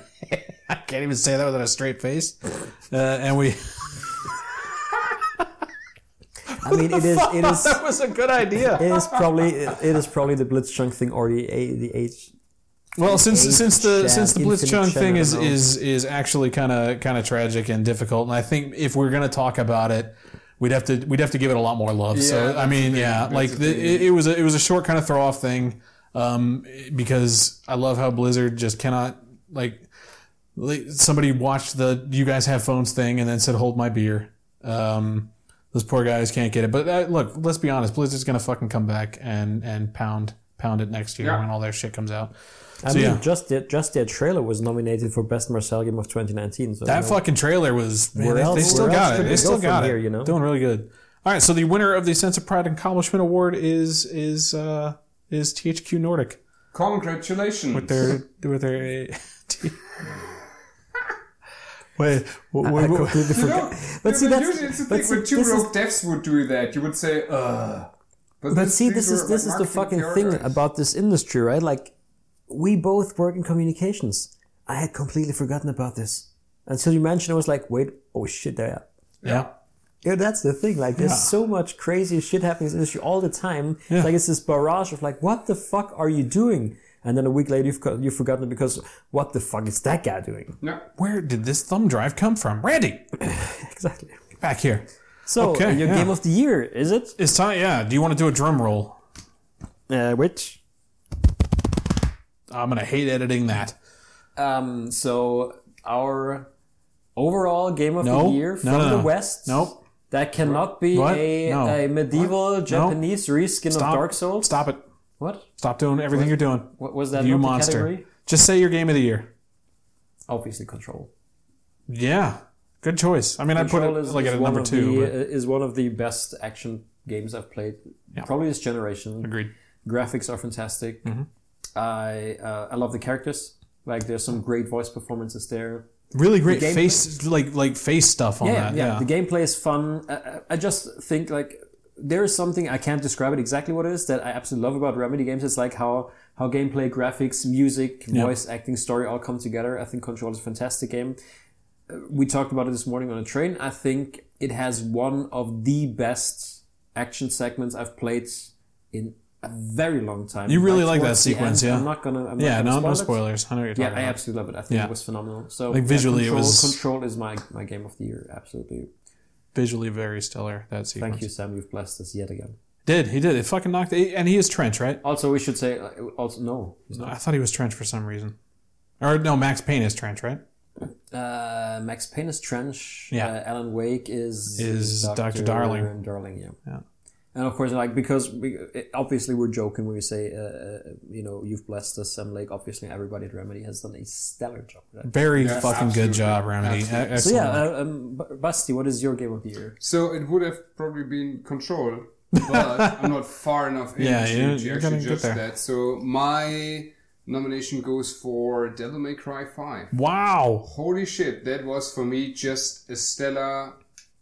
Speaker 5: I can't even say that without a straight face. Uh, and we.
Speaker 3: I mean, it is it is
Speaker 5: that was a good idea.
Speaker 3: it is probably it is probably the Blitzchung thing or the a, the H.
Speaker 5: Well, since
Speaker 3: Eight
Speaker 5: since the
Speaker 3: Chan,
Speaker 5: since the Blitz
Speaker 3: Infinite
Speaker 5: Chung
Speaker 3: Chan,
Speaker 5: thing
Speaker 3: I
Speaker 5: is
Speaker 3: don't know.
Speaker 5: is is actually kind of kind of tragic and difficult, and I think if we're gonna talk about it, we'd have to we'd have to give it a lot more love. so
Speaker 4: that's
Speaker 5: I mean,
Speaker 4: the thing.
Speaker 5: yeah,
Speaker 4: That's
Speaker 5: like
Speaker 4: the
Speaker 5: the,
Speaker 4: thing.
Speaker 5: it, it was a, it was a short kind of throw off thing, um, because I love how Blizzard just cannot like like, somebody watched the "you guys have phones" thing and then said, "Hold my beer." Um, those poor guys can't get it. But uh, look, let's be honest. Blizzard's gonna fucking come back and and pound pound it next year
Speaker 4: Yeah.
Speaker 5: when all their shit comes out.
Speaker 3: I
Speaker 5: So,
Speaker 3: mean,
Speaker 5: yeah.
Speaker 3: just their, just their trailer was nominated for best Marcel game of 2019. So
Speaker 5: That
Speaker 3: you know,
Speaker 5: fucking trailer was. Man,
Speaker 3: Where
Speaker 5: they,
Speaker 3: else-
Speaker 5: they still
Speaker 3: where else
Speaker 5: got it.
Speaker 3: could
Speaker 5: They
Speaker 3: we
Speaker 5: still
Speaker 3: go
Speaker 5: got
Speaker 3: from
Speaker 5: it.
Speaker 3: here, you know?
Speaker 5: Doing really good. All right, so the winner of the Sense of Pride and Accomplishment Award is is uh, is THQ Nordic.
Speaker 4: Congratulations. With
Speaker 5: They're with their. uh, T- Wait, wha-
Speaker 3: I
Speaker 5: wha- wha-
Speaker 3: completely
Speaker 4: you
Speaker 3: forgot.
Speaker 4: know,
Speaker 3: But
Speaker 4: yeah,
Speaker 3: see,
Speaker 4: but
Speaker 3: that's-
Speaker 4: usually it's the
Speaker 3: but
Speaker 4: thing
Speaker 3: see,
Speaker 4: when two
Speaker 3: this is-
Speaker 4: rogue devs would do that, you would say, "Ugh."
Speaker 3: But
Speaker 4: this-
Speaker 3: see,
Speaker 4: these
Speaker 3: this
Speaker 4: were,
Speaker 3: is
Speaker 4: like,
Speaker 3: this is the
Speaker 4: marketing
Speaker 3: fucking thing
Speaker 4: characters.
Speaker 3: about this industry, right? Like, we both work in communications. I had completely forgotten about this until you mentioned. I was like, wait, oh shit, there.
Speaker 5: yeah.
Speaker 3: Yeah, that's the thing. Like, there's so much crazy shit happening in this industry all the time. It's Like, it's this barrage of like, what the fuck are you doing? And then a week later, you've got, you've forgotten it because what the fuck is that guy doing?
Speaker 4: No,
Speaker 5: Where did this thumb drive come from, Randy?
Speaker 3: Exactly.
Speaker 5: Back here.
Speaker 3: So,
Speaker 5: Okay,
Speaker 3: your
Speaker 5: yeah.
Speaker 3: game of the year is it?
Speaker 5: It's time. Yeah. Do you want to do a drum roll?
Speaker 3: Uh, which?
Speaker 5: I'm gonna hate editing that.
Speaker 3: Um, so our overall game of
Speaker 5: No,
Speaker 3: the year
Speaker 5: no,
Speaker 3: from
Speaker 5: no, no.
Speaker 3: the West.
Speaker 5: Nope.
Speaker 3: That cannot be
Speaker 5: What?
Speaker 3: a,
Speaker 5: No.
Speaker 3: a medieval Japanese reskin
Speaker 5: Stop.
Speaker 3: of Dark Souls.
Speaker 5: Stop it.
Speaker 3: What?
Speaker 5: Stop doing everything you're doing.
Speaker 3: What was that?
Speaker 5: you
Speaker 3: not the
Speaker 5: monster.
Speaker 3: category?
Speaker 5: Just say your game of the year.
Speaker 3: Obviously, Control.
Speaker 5: Yeah, good choice. I mean, I
Speaker 3: Control
Speaker 5: put it
Speaker 3: is,
Speaker 5: like
Speaker 3: is
Speaker 5: at
Speaker 3: one
Speaker 5: number
Speaker 3: of
Speaker 5: two.
Speaker 3: the, uh, is one of the best action games I've played. Probably this generation.
Speaker 5: but agreed. Mm-hmm.
Speaker 3: Graphics are fantastic. I uh, I love the characters. Like there's some great voice performances there.
Speaker 5: Really great
Speaker 3: game-
Speaker 5: face, like like face stuff on
Speaker 3: yeah,
Speaker 5: that.
Speaker 3: yeah.
Speaker 5: Yeah,
Speaker 3: The gameplay is fun. I- I, I just think like there is something I can't describe it exactly what it is that I absolutely love about Remedy games. It's like how how gameplay, graphics, music, voice acting, story all come together. I think Control is a fantastic game. Uh, We talked about it this morning on a train. I think it has one of the best action segments I've played in a very long time.
Speaker 5: You really like that
Speaker 3: towards the
Speaker 5: sequence,
Speaker 3: end.
Speaker 5: yeah.
Speaker 3: I'm not gonna. I'm
Speaker 5: yeah,
Speaker 3: not gonna
Speaker 5: no,
Speaker 3: spoil
Speaker 5: no
Speaker 3: it.
Speaker 5: spoilers. I know what you're
Speaker 3: Yeah,
Speaker 5: talking
Speaker 3: I
Speaker 5: about.
Speaker 3: absolutely love it. I think
Speaker 5: Yeah.
Speaker 3: it was phenomenal. So
Speaker 5: Like,
Speaker 3: yeah,
Speaker 5: visually it
Speaker 3: Control,
Speaker 5: was-
Speaker 3: Control is my my game of the year. Absolutely.
Speaker 5: Visually very stellar. That sequence.
Speaker 3: Thank you, Sam. You've blessed us yet again.
Speaker 5: Did he did it? Fucking knocked. And he is Trench, right?
Speaker 3: Also, we should say. uh, Also, no. he's
Speaker 5: I thought he was Trench for some reason. Or no, Max Payne is Trench, right?
Speaker 3: Uh, Max Payne is Trench.
Speaker 5: Yeah.
Speaker 3: Uh, Alan Wake is
Speaker 5: Is Dr. Darling.
Speaker 3: and Darling, yeah.
Speaker 5: Yeah.
Speaker 3: And of course, like because we it- obviously we're joking when we say, uh, uh, you know, you've blessed us, Sam Lake. Obviously, everybody at Remedy has done a stellar job. With that.
Speaker 5: Very
Speaker 4: Yeah,
Speaker 5: fucking good
Speaker 4: absolutely.
Speaker 5: job, Remedy.
Speaker 4: Absolutely.
Speaker 5: E-
Speaker 3: So
Speaker 5: Excellent.
Speaker 3: yeah, uh, um, B- Basti, what is your game of the year?
Speaker 4: So it would have probably been control, but I'm not far enough in
Speaker 5: Yeah,
Speaker 4: to,
Speaker 5: you're-
Speaker 4: to
Speaker 5: you're
Speaker 4: actually
Speaker 5: gonna get
Speaker 4: judge
Speaker 5: there.
Speaker 4: that. So my nomination goes for Devil May Cry 5.
Speaker 5: Wow.
Speaker 4: Holy shit, that was for me just a stellar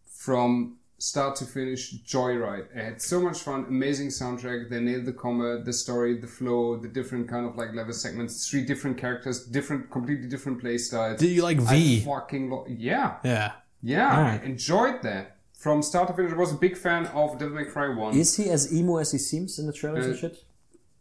Speaker 4: from start to finish joyride. I had so much fun, amazing soundtrack. They nailed the combat, the story, the flow, the different kind of like level segments, three different characters, different, completely different play styles.
Speaker 5: Did you like
Speaker 4: I
Speaker 5: V?
Speaker 4: fucking lo- yeah.
Speaker 5: yeah.
Speaker 4: Yeah,
Speaker 5: Alright.
Speaker 4: I enjoyed that. From start to finish, I was a big fan of Devil May Cry 1.
Speaker 3: Is he as emo as he seems in the trailers and shit?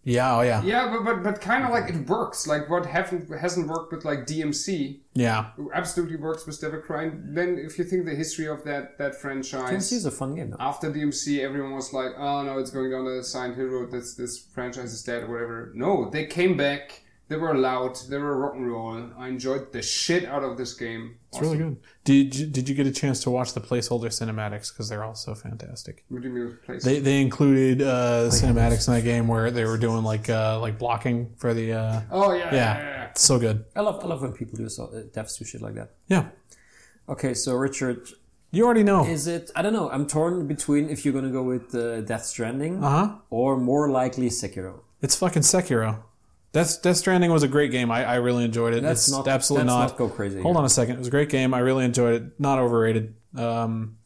Speaker 5: Yeah. Oh yeah.
Speaker 4: yeah, but, but, but kind of like it works. Like what haven't, hasn't worked with like DMC
Speaker 5: Yeah.
Speaker 4: absolutely works with Devil May Cry. And then if you think the history of that, that franchise.
Speaker 3: This is a fun game. Though.
Speaker 4: after DMC, everyone was like, "Oh no, it's going down the Silent Hill road. This this franchise is dead, or whatever." No, they came back. They were loud. They were rock and roll. I enjoyed the shit out of this game.
Speaker 5: It's really good. Did you, did you get a chance to watch the placeholder cinematics because they're also fantastic?
Speaker 4: What do you mean with place?
Speaker 5: They, they included
Speaker 3: Oh,
Speaker 5: uh, cinematics in that game where they were doing like uh, like blocking for the uh,
Speaker 4: oh yeah, yeah. yeah, yeah.
Speaker 5: yeah so good
Speaker 3: I love I love when people do so, uh, devs do shit like that.
Speaker 5: yeah
Speaker 3: Okay, so Richard,
Speaker 5: you already know
Speaker 3: is it? I don't know. I'm torn between if you're gonna go with uh, Death Stranding
Speaker 5: uh huh
Speaker 3: or more likely Sekiro.
Speaker 5: it's fucking Sekiro. Death Death Stranding was a great game I, I really enjoyed it
Speaker 3: Let's
Speaker 5: it's
Speaker 3: not-
Speaker 5: absolutely
Speaker 3: let's
Speaker 5: not,
Speaker 3: not go crazy
Speaker 5: hold
Speaker 3: here.
Speaker 5: on a second it was a great game I really enjoyed it not overrated um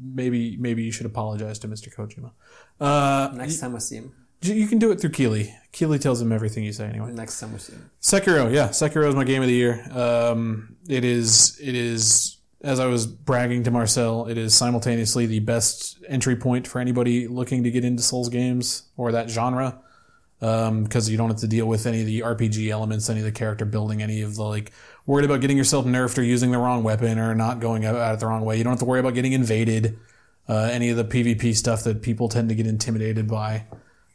Speaker 5: maybe maybe you should apologize to Mr Kojima uh
Speaker 3: Next time I see him.
Speaker 5: you, you can do it through Keeley Keeley tells him everything you say anyway
Speaker 3: Next time we see him.
Speaker 5: Sekiro, yeah, Sekiro is my game of the year. Um, it is, it is, as I was bragging to Marcel, it is simultaneously the best entry point for anybody looking to get into Souls games or that genre, because you don't have to deal with any of the RPG elements, any of the character building, any of the like worried about getting yourself nerfed or using the wrong weapon or not going out at it the wrong way. You don't have to worry about getting invaded, uh, any of the PvP stuff that people tend to get intimidated by.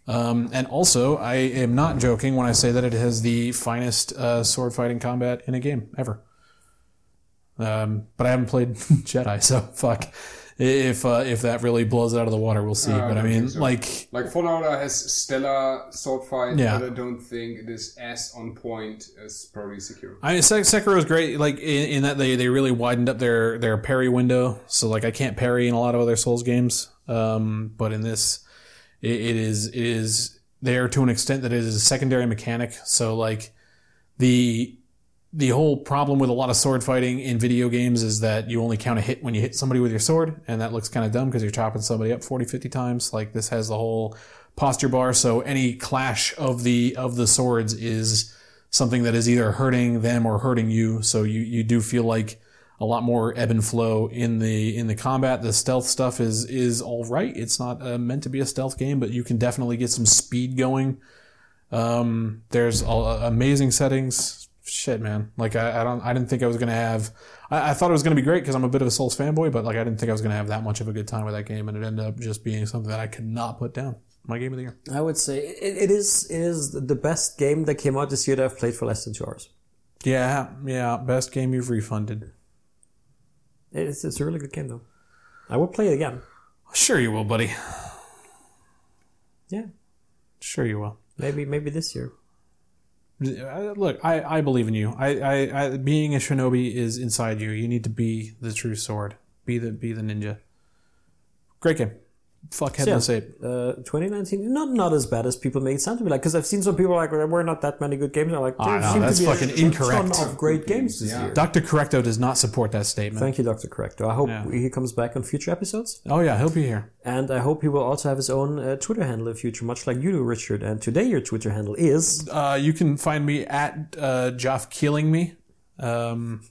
Speaker 5: Um, and also, I am not joking when I say that it has the finest uh, sword fighting combat in a game ever. Um, but I haven't played Jedi, so fuck. If uh, if that really blows it out of the water, we'll see. but I mean, like,
Speaker 4: Like Fallout has stellar sword fight,
Speaker 5: Yeah.
Speaker 4: but I don't think it is as on point as probably Sekiro.
Speaker 5: I mean, Sek- Sekiro is great. Like in, in that they, they really widened up their their parry window. So like I can't parry in a lot of other Souls games. Um, but in this, it, it is it is there to an extent that it is a secondary mechanic. So like the the whole problem with a lot of sword fighting in video games is that you only count a hit when you hit somebody with your sword, and that looks kind of dumb because you're chopping somebody up 40, 50 times. Like this has the whole posture bar, so any clash of the of the swords is something that is either hurting them or hurting you. So you you do feel like a lot more ebb and flow in the in the combat. The stealth stuff is is all right. It's not uh, meant to be a stealth game, but you can definitely get some speed going. Um, there's a, amazing settings. Shit, man. Like I, I don't, I didn't think I was gonna have. I, I thought it was gonna be great because I'm a bit of a Souls fanboy, but like I didn't think I was gonna have that much of a good time with that game, and it ended up just being something that I could not put down. My game of the year.
Speaker 3: I would say it, it is it is the best game that came out this year that I've played for less than two hours.
Speaker 5: Yeah, yeah. Best game you've refunded.
Speaker 3: It's, it's a really good game though. I will play it again.
Speaker 5: Sure you will, buddy.
Speaker 3: Yeah,
Speaker 5: Sure you will.
Speaker 3: maybe maybe this year.
Speaker 5: Uh, Look, I, I believe in you. I, I, I being a shinobi is inside you. You need to be the true sword. Be the be the ninja. Great game. Fuck headless
Speaker 3: Yeah.
Speaker 5: ape.
Speaker 3: Uh, 2019, not not as bad as people make it sound to me. Like, because I've seen some people like there were not that many good games. I'm like, there
Speaker 5: Ah, no,
Speaker 3: seem
Speaker 5: that's
Speaker 3: to be
Speaker 5: fucking
Speaker 3: a
Speaker 5: incorrect.
Speaker 3: ton of great games this year.
Speaker 5: Dr. Correcto does not support that statement.
Speaker 3: Thank you, Doctor Correcto. I hope
Speaker 5: Yeah.
Speaker 3: he comes back on future episodes.
Speaker 5: oh yeah, he'll be here.
Speaker 3: And I hope he will also have his own uh, Twitter handle in future, much like you do, Richard. And today your Twitter handle is
Speaker 5: Uh, you can find me at uh, Joff Keeling Me. Um,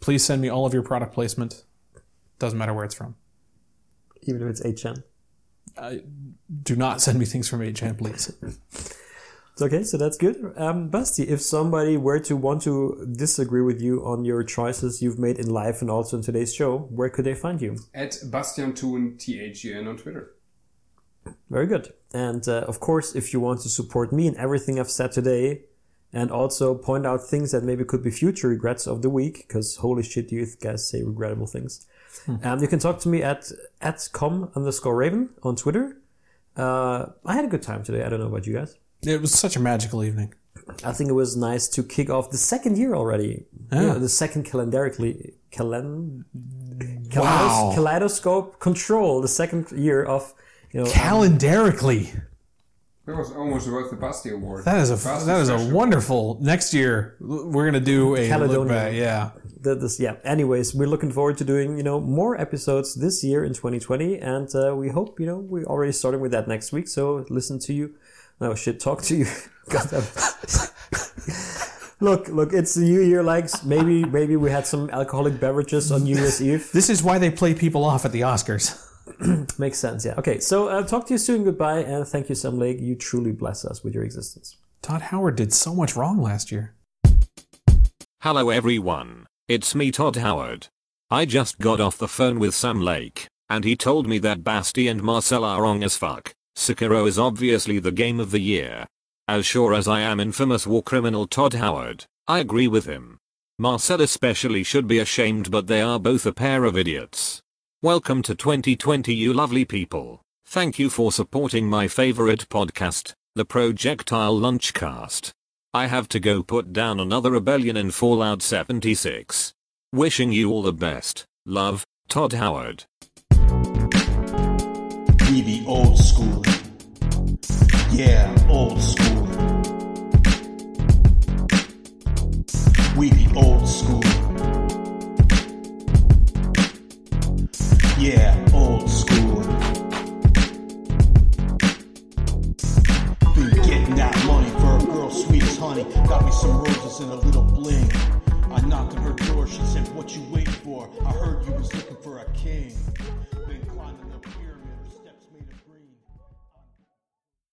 Speaker 5: please send me all of your product placement. Doesn't matter where it's from.
Speaker 3: even if it's HN.
Speaker 5: do not send me things from 8chan, please.
Speaker 3: It's okay, so that's good. Um, Basti, if somebody were to want to disagree with you on your choices you've made in life and also in today's show, where could they find you?
Speaker 4: At Bastian Thun, T H E N on Twitter.
Speaker 3: Very good. And uh, of course, if you want to support me in everything I've said today, and also point out things that maybe could be future regrets of the week, because holy shit, you guys say regrettable things. Um, you can talk to me at at com underscore raven on Twitter. Uh, I had a good time today. I don't know about you guys.
Speaker 5: It was such a magical evening.
Speaker 3: I think it was nice to kick off the second year already. Yeah, the second calendarically calen, kaleidos-
Speaker 5: Wow.
Speaker 3: kaleidoscope control. The second year of you know
Speaker 5: Calendarically,
Speaker 4: That was almost worth the Basti Award.
Speaker 5: that is a
Speaker 4: Basti
Speaker 5: that is a
Speaker 4: special.
Speaker 5: wonderful. Next year, we're gonna do a look
Speaker 3: Caledonia.
Speaker 5: back. Yeah,
Speaker 3: the, this yeah. Anyways, we're looking forward to doing you know more episodes this year in 2020, and uh, we hope you know we're already starting with that next week. So listen to you. No shit, talk to you. God damn. look, look, it's the new year. Likes maybe maybe we had some alcoholic beverages on New Year's Eve.
Speaker 5: this is why they play people off at the Oscars.
Speaker 3: Makes sense, yeah. Okay, so uh, talk to you soon. Goodbye, and thank you, Sam Lake. You truly bless us with your existence.
Speaker 5: Todd Howard did so much wrong last year.
Speaker 6: Hello everyone, it's me Todd Howard. I just got off the phone with Sam Lake, and he told me that Basti and Marcel are wrong as fuck. Sekiro is obviously the game of the year. As sure as I am infamous war criminal Todd Howard, I agree with him. Marcel especially should be ashamed but they are both a pair of idiots. Welcome to 2020 you lovely people. Thank you for supporting my favorite podcast, the Projectile Lunchcast. I have to go put down another rebellion in Fallout 76. Wishing you all the best. Love, Todd Howard.
Speaker 7: We be old school. Yeah, old school. We be old school. Yeah, old school. Been getting that money for a girl sweet as honey. Got me some roses and a little bling. I knocked on her door, she said, What you waiting for? I heard you was looking for a king. Been climbing the pyramid.